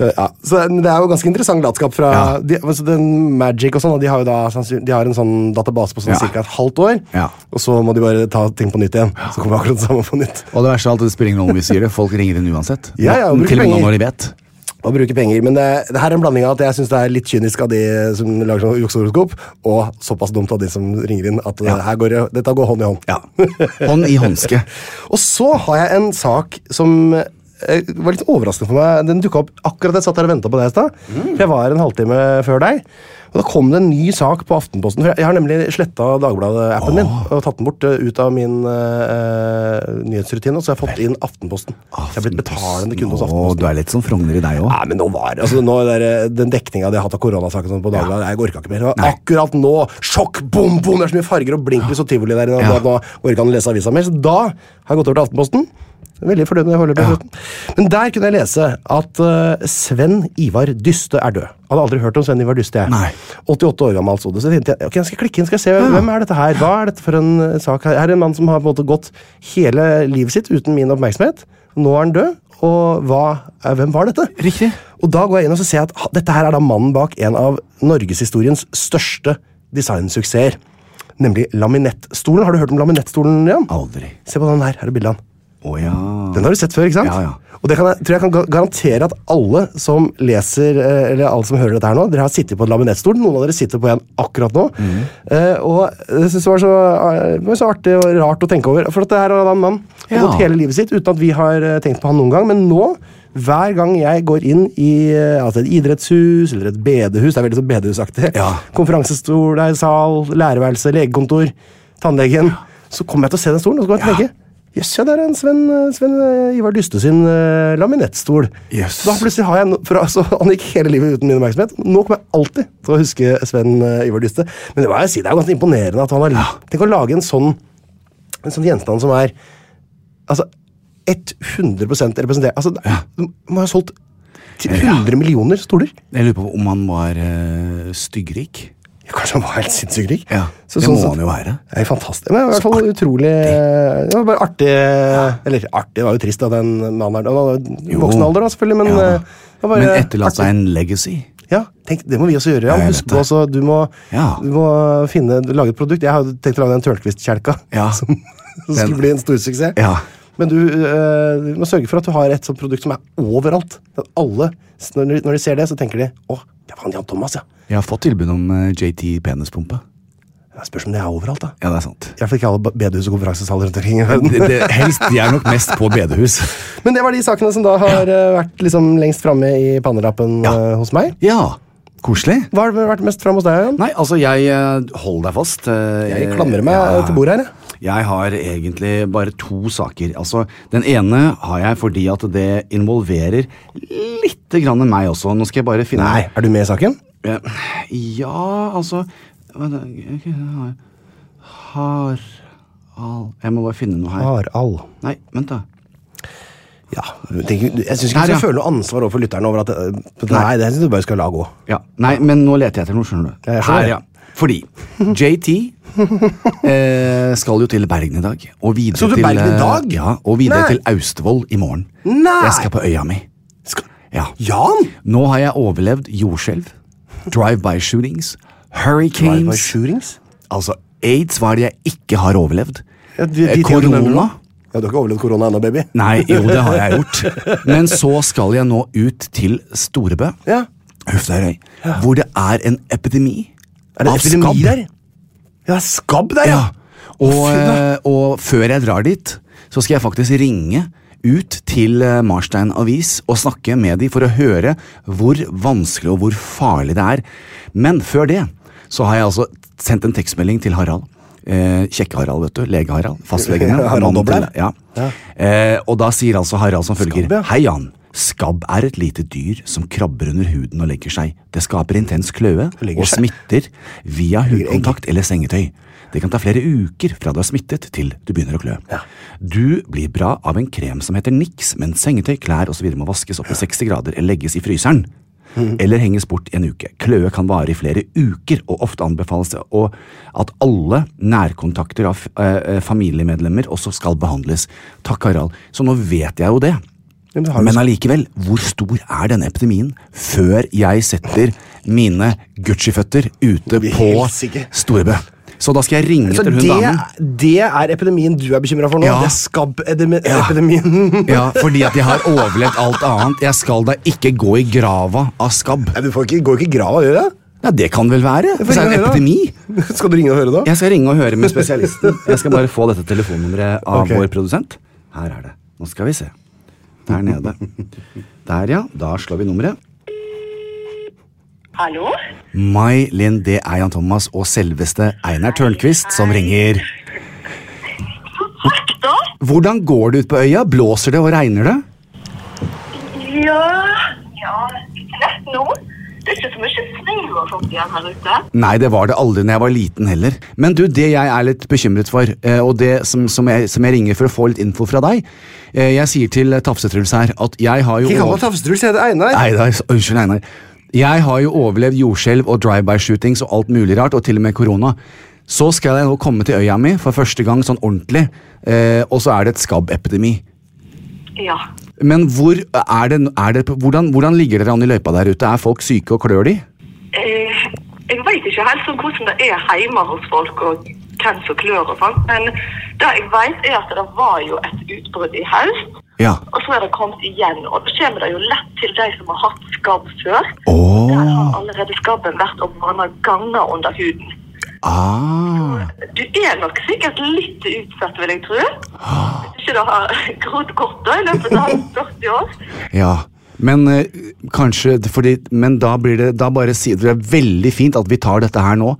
S2: Men, ja, så men det er jo ganske interessant latskap fra
S1: Ja.
S2: de, altså den Magic og sånn. og De har jo da sannsyn- De har en sånn database på sånn
S1: Ja.
S2: cirka et halvt år,
S1: Ja.
S2: og så må de bare ta ting på nytt igjen. Så kommer akkurat det samme på nytt.
S1: og det verste av alt, det spiller ingen rolle om vi sier det. Folk ringer inn uansett.
S2: Ja, ja, og bruker
S1: Til og med nå
S2: penger.
S1: når de vet.
S2: Og bruke penger. Men det, det her er en blanding av at jeg syns det er litt kynisk av de som lager sånn juksehoroskop, og såpass dumt av de som ringer inn at eh, her går det, dette går hånd i hånd.
S1: Hånd i håndske.
S2: Og så har jeg en sak som eh, var litt overraskende for meg. Den dukka opp akkurat da jeg satt her og venta på deg i stad. For Jeg var en halvtime før deg. Og Da kom det en ny sak på Aftenposten. for jeg- Jeg har nemlig sletta Dagbladet-appen min og tatt den bort eh, ut av min eh, nyhetsrutine. Og så har jeg fått inn Aftenposten. Jeg har blitt betalende kunde hos
S1: Å,
S2: Aftenposten.
S1: du er litt sånn Frogner i deg òg.
S2: Nei, men nå var det, altså nå er det Den dekninga de har hatt av koronasaken sånn på Dagbladet, jeg orka ikke mer. Og
S1: Nei.
S2: akkurat nå, sjokk, bom, bom, det er så mye farger og blinklys og tivoli der inne.
S1: Ja.
S2: at Nå orker han å lese avisa mer. Så da har jeg gått over til Aftenposten. Veldig fornøyd med det foreløpig.
S1: Ja.
S2: forresten. Men der kunne jeg lese at eh, Sven Ivar Dyste er død. Hadde aldri hørt om Sven Ivar Dyste, jeg.
S1: Nei.
S2: 88 år gammel, altså. Så tenkte jeg ok, jeg skal klikke inn, skal jeg se hvem er dette her. Hva er dette for en eh, sak her? Her er en mann som har på en måte gått hele livet sitt uten min oppmerksomhet. Nå er han død. Og hva, eh, hvem var dette?
S1: Riktig.
S2: Og da går jeg inn og så ser jeg at ha, dette her er da mannen bak en av norgeshistoriens største designsuksesser. Nemlig laminettstolen. Har du hørt om laminettstolen, Jan?
S1: Aldri.
S2: Se på den her. Her er bildet av den.
S1: Å ja.
S2: Den har du sett før, ikke sant?
S1: Ja, ja.
S2: Og det kan jeg, tror jeg kan ga- garantere at alle som leser, eh, eller alle som hører dette her nå, dere har sittet på en laminetstol. Noen av dere sitter på en akkurat nå.
S1: Mm.
S2: Eh, og jeg synes det var så, eh, det var så artig og rart å tenke over. For at det her er da en mann som har
S1: Ja.
S2: gått hele livet sitt uten at vi har eh, tenkt på han noen gang. Men nå, hver gang jeg går inn i eh, altså et idrettshus eller et bedehus, det er veldig sånn bedehusaktig,
S1: Ja.
S2: konferansestol, det er sal, lærerværelse, legekontor, tannlegen, så kommer jeg til å se den stolen, og så kommer jeg til å tenke Jøss, ja, der er en Sven, Sven eh, Ivar Dyste sin eh, laminettstol.
S1: Jøss.
S2: Da plutselig har jeg no- for altså, Han gikk hele livet uten min oppmerksomhet. Nå kommer jeg alltid til å huske Sven eh, Ivar Dyste. Men det må jeg si, det er jo ganske imponerende at han har Tenk å lage en sånn, en sånn gjenstand som er Altså 100 representert altså, Du må ha solgt til 100 millioner stoler.
S1: Jeg lurer på om han var eh, styggrik.
S2: Ja, Kanskje han var helt sinnssykt rik.
S1: Ja,
S2: Så
S1: det
S2: sånn
S1: må
S2: sett-
S1: han jo være.
S2: Det er fantastisk. Men i hvert fall utrolig Det var bare artig Eller artig, det var jo trist da den mannen her Han var jo
S1: Jo.
S2: voksen alder, da, selvfølgelig, men
S1: Ja da.
S2: eh, det var bare
S1: Men etterlatt seg
S2: artig.
S1: en legacy.
S2: Ja, tenk, det må vi også gjøre.
S1: Ja,
S2: Jan.
S1: jeg
S2: Husk
S1: vet
S2: på
S1: det.
S2: også, du må,
S1: Ja.
S2: du må finne, lage et produkt. Jeg har jo tenkt å lage den Tørnquist-kjelka.
S1: Ja.
S2: Som skulle bli en storsuksess.
S1: Ja.
S2: Men du eh, du må sørge for at du har et sånt produkt som er overalt. At alle, s- når de, når de ser det, så tenker de 'Å, det var han Jan Thomas', ja.
S1: Jeg har fått tilbud om eh, JT penispumpe.
S2: Jeg spørs om det er overalt, da.
S1: Ja, det er sant.
S2: I hvert fall ikke alle ba- bedehus og konferansesaler rundt omkring i verden.
S1: Det, det, helst, De er nok mest på bedehus.
S2: Men det var de sakene som da har eh, vært liksom lengst framme i pannelappen
S1: Ja.
S2: eh, hos meg.
S1: Ja, koselig.
S2: Hva har vært mest framme hos deg? Jan?
S1: Nei, altså, jeg eh, Hold deg fast. eh,
S2: Jeg klamrer meg
S1: ja.
S2: til bordet her. jeg.
S1: Jeg har egentlig bare to saker. Altså, Den ene har jeg fordi at det involverer lite grann meg også. Nå skal jeg bare finne
S2: Nei, Er du med i saken?
S1: Eh, Ja, altså hva da- ok, har- Harald Jeg må bare finne noe her.
S2: Harald.
S1: Nei, vent, da.
S2: Ja, tenk, jeg
S1: Her,
S2: syns ikke du skal
S1: ja.
S2: føle noe ansvar overfor lytterne. over at eh, Nei,
S1: Nei.
S2: det syns du bare skal la gå.
S1: Ja, Nei, men nå leter jeg etter noe, skjønner du.
S2: Ja, jeg skjønner.
S1: Her, ja. Fordi JT eh, skal jo til Bergen i dag. Og videre
S2: Skal du
S1: til
S2: Bergen i
S1: eh,
S2: dag?
S1: Ja, og videre
S2: Nei.
S1: til Austevoll i morgen.
S2: Nei.
S1: Jeg skal på øya mi.
S2: Skal-
S1: Ja.
S2: Jan!
S1: Nå har jeg overlevd jordskjelv, drive-by-shootings, hurricanes
S2: shootings?
S1: Altså, aids var det jeg ikke har overlevd.
S2: Ja, de- de
S1: Eh,
S2: tingene du nevner
S1: Korona.
S2: nå. Ja, Du har ikke overlevd korona ennå, baby?
S1: Nei, jo, det har jeg gjort. Men så skal jeg nå ut til Storebø,
S2: Ja.
S1: Hufnarøy, hvor det er en epidemi
S2: Er det
S1: av
S2: epidemi
S1: skabb.
S2: der? Ja, skabb der,
S1: Ja.
S2: ja!
S1: Og,
S2: Å, fy da.
S1: eh, og før jeg drar dit, så skal jeg faktisk ringe ut til eh, Marstein Avis og snakke med de for å høre hvor vanskelig og hvor farlig det er. Men før det så har jeg altså sendt en tekstmelding til Harald. Eh, Kjekke-Harald, vet du. Lege-Harald. Fastlegen min.
S2: Harald
S1: Mannen til-
S2: Dobler.
S1: Ja. Eh, og da sier altså Harald som følger.
S2: Skabb, ja.
S1: Hei, Jan. Skabb er et lite dyr som krabber under huden og legger seg. Det skaper intens kløe
S2: legger
S1: og
S2: seg.
S1: smitter via hudkontakt eller sengetøy. Det kan ta flere uker fra du er smittet til du begynner å klø. Du blir bra av en krem som heter Nix, men sengetøy, klær osv. må vaskes opp til 60 grader eller legges i fryseren.
S2: Mm.
S1: Eller henges bort i en uke. Kløe kan vare i flere uker, og ofte anbefales det å- at alle nærkontakter av eh, eh, familiemedlemmer også skal behandles. Takk, Harald. Så nå vet jeg jo det.
S2: Ja, men det har du
S1: Men allikevel, hvor stor er denne epidemien før jeg setter mine Gucci-føtter ute
S2: blir
S1: på
S2: helsike.
S1: Storebø? Så da skal jeg ringe
S2: Så
S1: til hun damen.
S2: altså, det, det er epidemien du er bekymra for nå?
S1: Ja.
S2: Det er skabb-epidemien?
S1: Ja, fordi at jeg har overlevd alt annet. Jeg skal da ikke gå i grava av skabb.
S2: Nei, Du får ikke, går ikke i grava, gjør du det?
S1: Ja, Det kan vel være?
S2: får
S1: Hvis det er en
S2: ringe, da.
S1: epidemi?
S2: Skal du ringe og høre, da?
S1: Jeg skal ringe og høre med spesialisten. Jeg skal bare få dette telefonnummeret av
S2: Ok.
S1: vår produsent. Her er det. Nå skal vi se. Der nede. Der, ja. Da slår vi nummeret.
S4: Hallo?
S1: Mai Linn, det er Jan Thomas og selveste Einar Tørnquist som ringer.
S4: Takk, da.
S1: Hvordan går det ute på øya? Blåser det og regner det?
S4: Ja Ja, nesten nå. Det er ikke så mye snø og sånt igjen her ute.
S1: Nei, det var det aldri når jeg var liten heller. Men du, det jeg er litt bekymret for, eh, og det som, som, jeg, som jeg ringer for å få litt info fra deg eh, Jeg sier til eh, Tafse-Truls her at jeg har jo
S2: Ikke kall
S1: over-
S2: meg Tafsetrul, sier jeg til Einar.
S1: Nei, da, unnskyld, Einar. Jeg har jo overlevd jordskjelv og drive-by-shootings og alt mulig rart, og til og med korona. Så skal jeg nå komme til øya mi for første gang sånn ordentlig, eh, og så er det et skabbepidemi.
S4: Ja.
S1: Men hvor er det, er det, hvordan, hvordan ligger dere an i løypa der ute? Er folk syke og klør de?
S4: Eh, jeg vet ikke helt sånn hvordan det er hjemme hos folk og hvem som klør og sånt, men det jeg vet er at det var jo et utbrudd i høst.
S1: Ja.
S4: Og så er det kommet igjen, og da kommer det jo lett til de som har hatt skabb før.
S1: Åh.
S4: Der
S5: Ah.
S4: har allerede skabben vært og vannet ganger under huden.
S1: Ah.
S4: Du er nok sikkert litt utsatt, vil jeg tro.
S5: Ah.
S4: Hvis ikke det har grodd godt da, i løpet av 40 år.
S1: Ja. Men eh, kanskje fordi, Men da blir det Da bare sier dere veldig fint at vi tar dette her nå.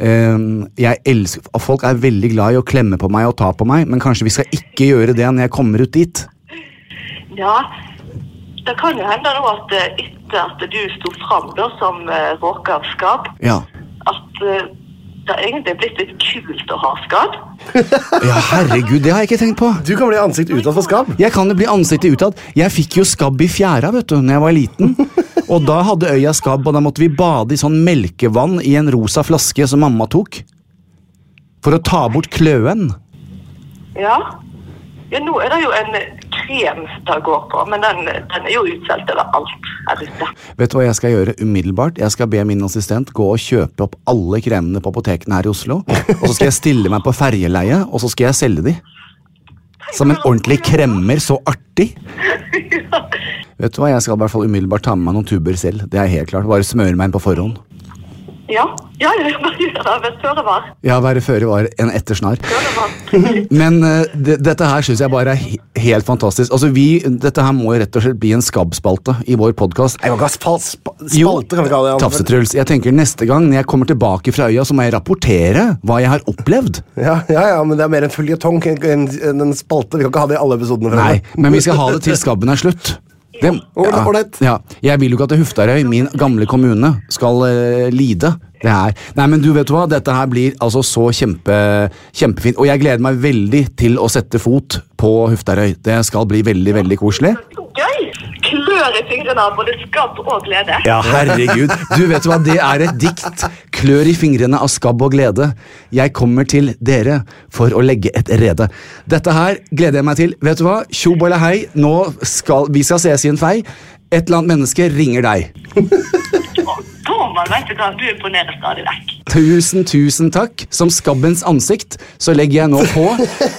S1: Eh, jeg elsker og Folk er veldig glad i å klemme på meg og ta på meg, men kanskje vi skal ikke gjøre det når jeg kommer ut dit?
S4: Ja, det kan jo hende da at eh, etter at du sto fram da som eh, råka av skabb,
S1: Ja.
S4: at eh, det er egentlig er blitt litt kult å ha skabb.
S1: ja, herregud, det har jeg ikke tenkt på.
S2: Du kan bli ansikt utad for skabb.
S1: Jeg kan jo bli ansiktet utad. Jeg fikk jo skabb i fjæra vet du, når jeg var liten. Og da hadde øya skabb, og da måtte vi bade i sånn melkevann i en rosa flaske som mamma tok. For å ta bort kløen.
S4: Ja. ja, nå er det jo en krem det går på, men den, den er jo utsolgt over alt her ute.
S1: Vet du hva jeg skal gjøre umiddelbart? Jeg skal be min assistent gå og kjøpe opp alle kremene på apotekene her i Oslo. Og så skal jeg stille meg på ferjeleiet, og så skal jeg selge de. Som en ordentlig kremmer. Så artig! Vet du hva, Jeg skal i hvert fall umiddelbart ta med meg noen tuber selv. Det er helt klart. Bare smøre meg inn på forhånd.
S4: Ja, ja, ja, ja, ja, ja føre var.
S1: Ja, være føre var en ettersnar.
S4: Føre var.
S1: Men eh, det, dette her syns jeg bare er he helt fantastisk. Altså, vi, Dette her må jo rett og slett bli en skabbspalte i vår podkast.
S2: Jeg kan ikke ha spal spa
S1: Jo,
S2: spalte, kan vi kalle det.
S1: Tafsetruls. Jeg tenker neste gang når jeg kommer tilbake fra øya, så må jeg rapportere hva jeg har opplevd.
S2: Ja, ja, ja, men det er mer en føljetong enn enn en spalte. Vi kan ikke ha det i alle episodene.
S1: Nei, men vi skal ha det til skabben er slutt. Det,
S2: Ålreit, ålreit.
S1: ja. Jeg vil jo ikke at Huftarøy, min gamle kommune, skal eh, lide. Det her. Nei, men du vet du hva, Dette her blir altså så kjempe, kjempefint. Og jeg gleder meg veldig til å sette fot på Huftarøy. Det skal bli veldig veldig koselig.
S4: Gøy! Klør i fingrene av både skabb og glede.
S1: Ja, herregud. Du vet du hva, Det er et dikt. Klør i fingrene av skabb og glede. Jeg kommer til dere for å legge et rede. Dette her gleder jeg meg til. Vet du hva? Tjob eller hei, nå skal, vi skal ses i en fei. Et eller annet menneske ringer deg.
S4: Thomas, vet du hva, du imponerer stadig vekk.
S1: Tusen, tusen takk. Som skabbens ansikt så legger jeg nå på,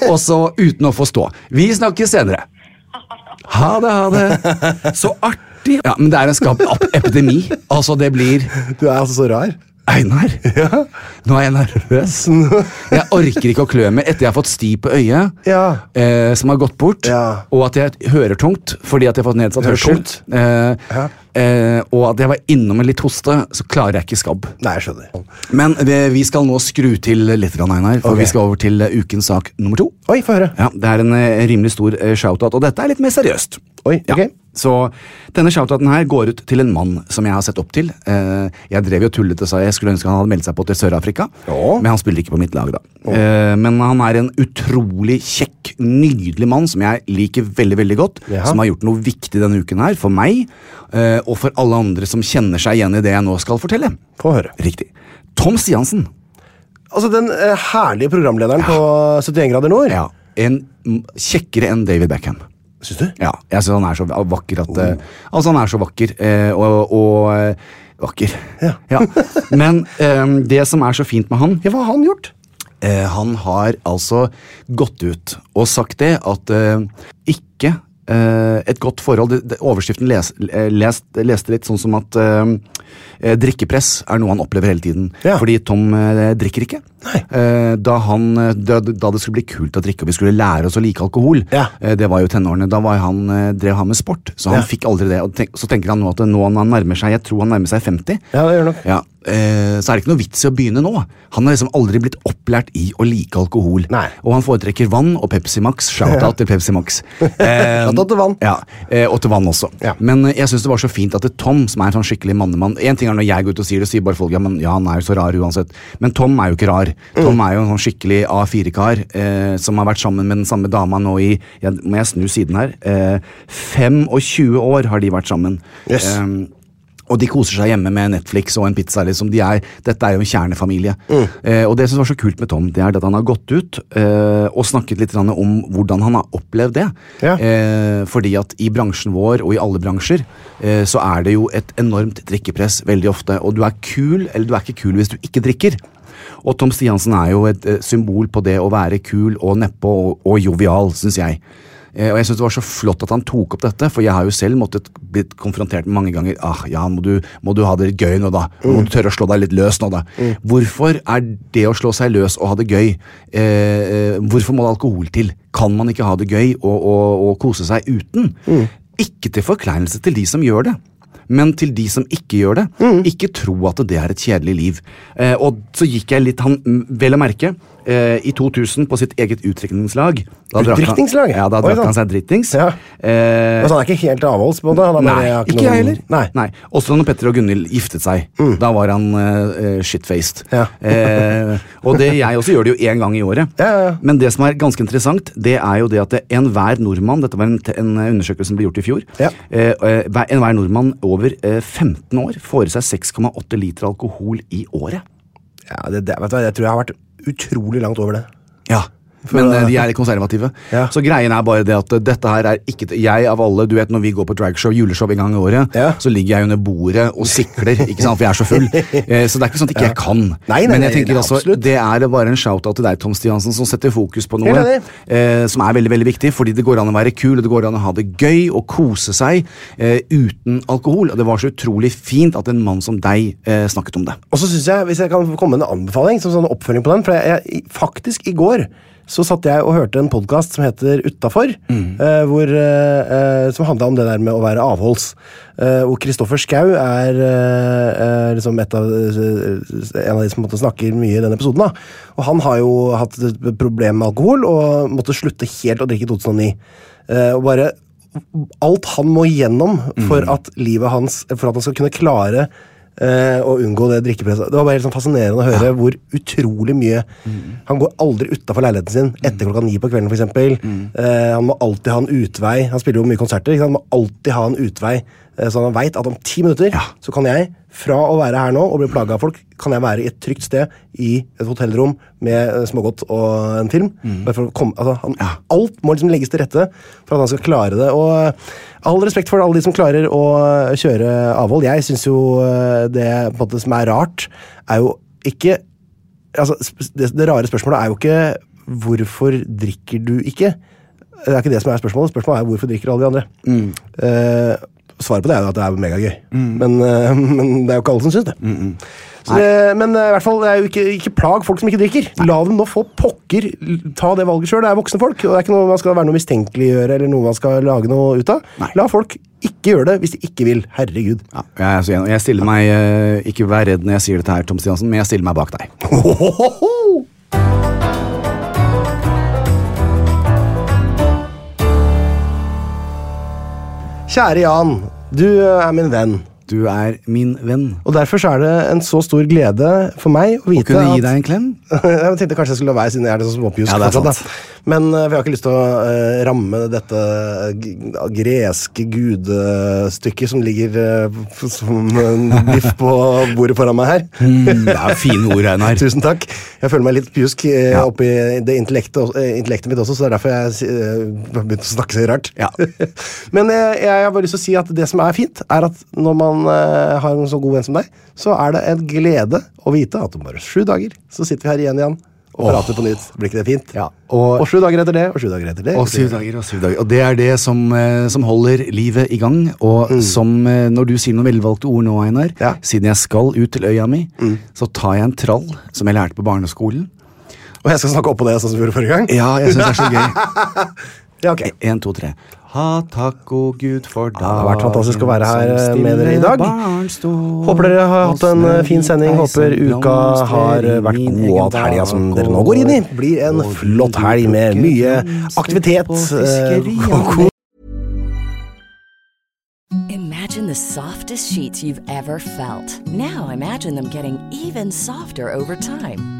S1: og så uten å få stå. Vi snakkes senere. Ha det, ha det. Så artig. Ja, Men det er en skabb-epidemi. Altså, det blir
S2: Du er altså så rar.
S1: Einar, nå er jeg nervøs. Jeg orker ikke å klø meg etter jeg har fått sti på øyet,
S2: Ja.
S1: eh, som har gått bort,
S2: Ja.
S1: og at jeg hører tungt fordi at jeg har fått nedsatt
S2: Hører
S1: hørsel,
S2: tungt?
S1: eh,
S2: Ja.
S1: eh, og at jeg var innom en litt hoste, så klarer jeg ikke skabb.
S2: Nei, jeg skjønner.
S1: Men eh, vi skal nå skru til litt, grann, Einar, for
S2: Ok.
S1: vi skal over til eh, ukens sak nummer to.
S2: Oi, få høre.
S1: Ja, Det er en eh, rimelig stor eh, shoutout, og dette er litt mer seriøst.
S2: Oi,
S1: Ja.
S2: ok.
S1: Så denne shoutouten her går ut til en mann som jeg har sett opp til. Eh, jeg drev jo tullete sa jeg skulle ønske han hadde meldt seg på til Sør-Afrika,
S2: Ja.
S1: men han spiller ikke på mitt lag, da. Eh, men han er en utrolig kjekk, nydelig mann som jeg liker veldig veldig godt.
S2: Ja.
S1: Som har gjort noe viktig denne uken her, for meg eh, og for alle andre som kjenner seg igjen i det jeg nå skal fortelle.
S2: Få høre.
S1: Riktig. Tom Stiansen.
S2: Altså, den eh, herlige programlederen på 71 grader nord.
S1: Ja, en m- Kjekkere enn David Beckham.
S2: Syns du?
S1: Ja, jeg synes han er så va- vakker at eh, Altså, han er så vakker, eh, og, og eh, Vakker.
S2: Ja.
S1: Men eh, det som er så fint med han
S2: Ja, hva har han gjort?
S1: eh, Han har altså gått ut og sagt det at eh, ikke eh, et godt forhold det, det, Overskriften les, eh, lest, leste litt sånn som at eh, eh, drikkepress er noe han opplever hele tiden.
S2: Ja.
S1: Fordi Tom eh, drikker ikke. Eh, da, han, eh, da, da det skulle bli kult å drikke og vi skulle lære oss å like alkohol,
S2: Ja.
S1: eh, det var jo tenårene, da var han, eh, drev han med sport. Så han
S2: Ja.
S1: fikk aldri det. Og tenk, så tenker han nå at nå han nærmer seg, jeg tror han nærmer seg 50,
S2: Ja, det gjør nok.
S1: ja, eh, så er det ikke noe vits i å begynne nå. Han har liksom aldri blitt opplært i å like alkohol.
S2: Nei.
S1: Og han foretrekker vann og Pepsi Max. Shout-out til Pepsi Max. Eh,
S2: Shout-out til vann.
S1: Ja, eh, og til vann også.
S2: Ja.
S1: Men eh, jeg syns det var så fint at det Tom, som er en sånn skikkelig mannemann En ting er når jeg går ut og sier det, sier bare folk ja, men ja, han er jo så rar uansett. Men Tom er jo ikke rar.
S2: Mm.
S1: Tom er jo en sånn skikkelig A4-kar eh, som har vært sammen med den samme dama nå i jeg, Må jeg snu siden her? Eh, 25 år har de vært sammen.
S2: Yes.
S1: Eh, og de koser seg hjemme med Netflix og en pizza. liksom de er, Dette er jo en kjernefamilie.
S2: Mm.
S1: Eh, og det som var så kult med Tom, det er at han har gått ut eh, og snakket litt grann om hvordan han har opplevd det.
S2: Ja.
S1: Eh, fordi at i bransjen vår, og i alle bransjer, eh, så er det jo et enormt drikkepress veldig ofte. Og du er kul, eller du er ikke kul hvis du ikke drikker. Og Tom Stiansen er jo et eh, symbol på det å være kul og nedpå og, og jovial, syns jeg. Eh, Og jeg synes Det var så flott at han tok opp dette, for jeg har jo selv måttet blitt konfrontert mange ganger. ah, ja, må du, må du ha det gøy nå, da? Må du tørre å slå deg litt løs nå, da?
S2: Mm.
S1: Hvorfor er det å slå seg løs og ha det gøy eh, eh, Hvorfor må det alkohol til? Kan man ikke ha det gøy og, og, og kose seg uten?
S2: Mm.
S1: Ikke til forkleinelse til de som gjør det. Men til de som ikke gjør det,
S2: Mm.
S1: ikke tro at det er et kjedelig liv. Eh, og så gikk jeg litt han, m, Vel å merke, eh, i 2000 på sitt eget utdrikningslag. Da drakk han-
S2: Utdrikningslag?
S1: Ja, da
S2: Oi,
S1: drakk
S2: da.
S1: han seg dritings.
S2: Ja.
S1: Eh,
S2: Altså, han er ikke helt avholds, på det? Han er bare-
S1: Nei,
S2: har
S1: ikke
S2: noen-
S1: jeg heller.
S2: Nei. Mm.
S1: Også når Petter og Gunhild giftet seg. Da var han eh, eh, shitfaced.
S2: Ja.
S1: Eh, og det jeg også gjør det jo én gang i året.
S2: Ja, ja, ja.
S1: Men det som er ganske interessant, det er jo det at det- enhver nordmann Dette var en, te- en eh, undersøkelse som ble gjort i fjor.
S2: Ja.
S1: eh, eh, hver- enhver nordmann over eh, 15 år får i seg 6,8 liter alkohol i året.
S2: Ja, det, det, vet du, hva, jeg tror jeg har vært utrolig langt over det.
S1: Ja. men eh, de er litt konservative.
S2: Ja.
S1: Så greien er bare det at eh, dette her er ikke til- Jeg av alle, du vet når vi går på dragshow, juleshow en gang i året,
S2: Ja.
S1: så ligger jeg under bordet og sikler, ikke sant, for jeg er så full. Eh, Så det er ikke sånn at ikke jeg kan.
S2: Nei, nei,
S1: men
S2: nei,
S1: jeg tenker
S2: nei,
S1: altså,
S2: absolutt.
S1: det er bare en shout-out til deg, Tom Stiansen, som setter fokus på noe
S2: Helt enig.
S1: eh, som er veldig veldig viktig, fordi det går an å være kul og det går an å ha det gøy og kose seg eh, uten alkohol. Og Det var så utrolig fint at en mann som deg eh, snakket om det.
S2: Og så synes jeg, Hvis jeg kan komme med en anbefaling, som sånn oppfølging på den for jeg, jeg, Faktisk, i går så satt jeg og hørte en podkast som heter Utafor, eh, hvor, eh, eh, som handla om det der med å være avholds. Eh, hvor Kristoffer Schau er eh, eh, liksom et av, eh, en av de som på en måte snakker mye i denne episoden. da. Og Han har jo hatt et problem med alkohol og måtte slutte helt å drikke i 2009. Eh, og bare alt han må igjennom for at livet hans For at han skal kunne klare eh, å unngå det drikkepresset. Det var bare helt sånn fascinerende å høre hvor utrolig mye Han går aldri utafor leiligheten sin etter klokka ni på kvelden, f.eks. Eh, han må alltid ha en utvei. Han spiller jo mye konserter. Ikke sant? Han må alltid ha en utvei, eh, så han veit at om ti minutter så kan jeg, fra å være her nå og bli plaga av folk, kan jeg være i et trygt sted i et hotellrom med eh, smågodt og en film. Bare for å komme, altså, han, Alt må liksom legges til rette for at han skal klare det. Og eh, all respekt for alle de som klarer å eh, kjøre avhold. Jeg syns jo eh, det på en måte, som er rart, er jo ikke altså, sp- det, det rare spørsmålet er jo ikke 'hvorfor drikker du ikke'? Det er ikke det som er spørsmålet. Spørsmålet er 'hvorfor drikker alle de andre'? Eh, svaret på det er jo at det er megagøy, men, eh, men det er jo ikke alle som syns det. Så det men eh, i hvert fall, det er jo ikke, ikke plag folk som ikke drikker. La dem nå få pokker l- ta det valget sjøl. Det er voksne folk, og det er ikke noe man skal være noe mistenkeliggjøre eller noe man skal lage noe ut av.
S1: Nei.
S2: La folk ikke gjøre det hvis de ikke vil. Herregud.
S1: Ja, jeg, er så enig. Og jeg stiller meg, eh, Ikke vær redd når jeg sier dette, her, Tom Stiansen, men jeg stiller meg bak deg.
S2: Kjære Jan, du eh, er min venn.
S1: Du er min venn.
S2: Og Derfor så er det en så stor glede for meg å vite
S1: Kunne
S2: at
S1: gi deg en klem?
S2: Jeg tenkte kanskje jeg skulle la være, siden jeg er litt sånn småpjusk.
S1: Ja, det er
S2: fortsatt, da.
S1: sant.
S2: Men eh, for jeg har ikke lyst til å eh, ramme dette eh, g- greske gudestykket som ligger eh, f- som en biff på bordet foran meg her.
S1: Mm, det er fine ord, Einar.
S2: Tusen takk. Jeg føler meg litt pjusk eh,
S1: Ja.
S2: oppi det intellektet, også- eh, intellektet mitt også, så det er derfor jeg si- eh, har begynt å snakke så rart.
S1: Ja.
S2: Men eh, jeg har bare lyst til å si at det som er fint, er at når man eh, har en så god venn som deg, så er det en glede å vite at om bare sju dager så sitter vi her igjen igjen og prater på nytt. Blir ikke det fint?
S1: Ja,
S2: Og,
S1: og-
S2: sju dager etter det, og sju dager etter det.
S1: Og syv dager, og syv dager. Og det er det som, eh, som holder livet i gang. Og som, eh, når du sier noen velvalgte ord nå, Einar,
S2: Ja.
S1: siden jeg skal ut til øya mi, så tar jeg en trall som jeg lærte på barneskolen.
S2: Og jeg skal snakke oppå det sånn som vi gjorde forrige gang?
S1: Ja, jeg syns det er så gøy.
S2: Ja, ok.
S1: En, to, tre. Ha takk og Gud for dagen
S2: det har vært fantastisk å være her,
S1: som
S2: eh, med dere i
S1: stille
S2: dag.
S1: barn står.
S2: Håper dere har hatt en
S1: Og
S2: eh, fin
S1: snøhvit
S2: sending.
S1: ei
S2: Håper
S1: som
S2: uka har
S1: blomstrer i
S2: eh, vært
S1: min
S2: god, og at
S1: egen
S2: helga som
S1: dag
S2: dere nå går inn i,
S1: går.
S2: blir en
S1: Og
S2: flott
S1: vi
S2: helg med
S1: plukker
S2: mye
S1: blomster
S2: aktivitet.
S1: på
S2: eh, og
S1: fiskerianlegg.
S2: kos.
S6: Imagine the softest sheets you've ever felt. Now imagine them getting even softer over time.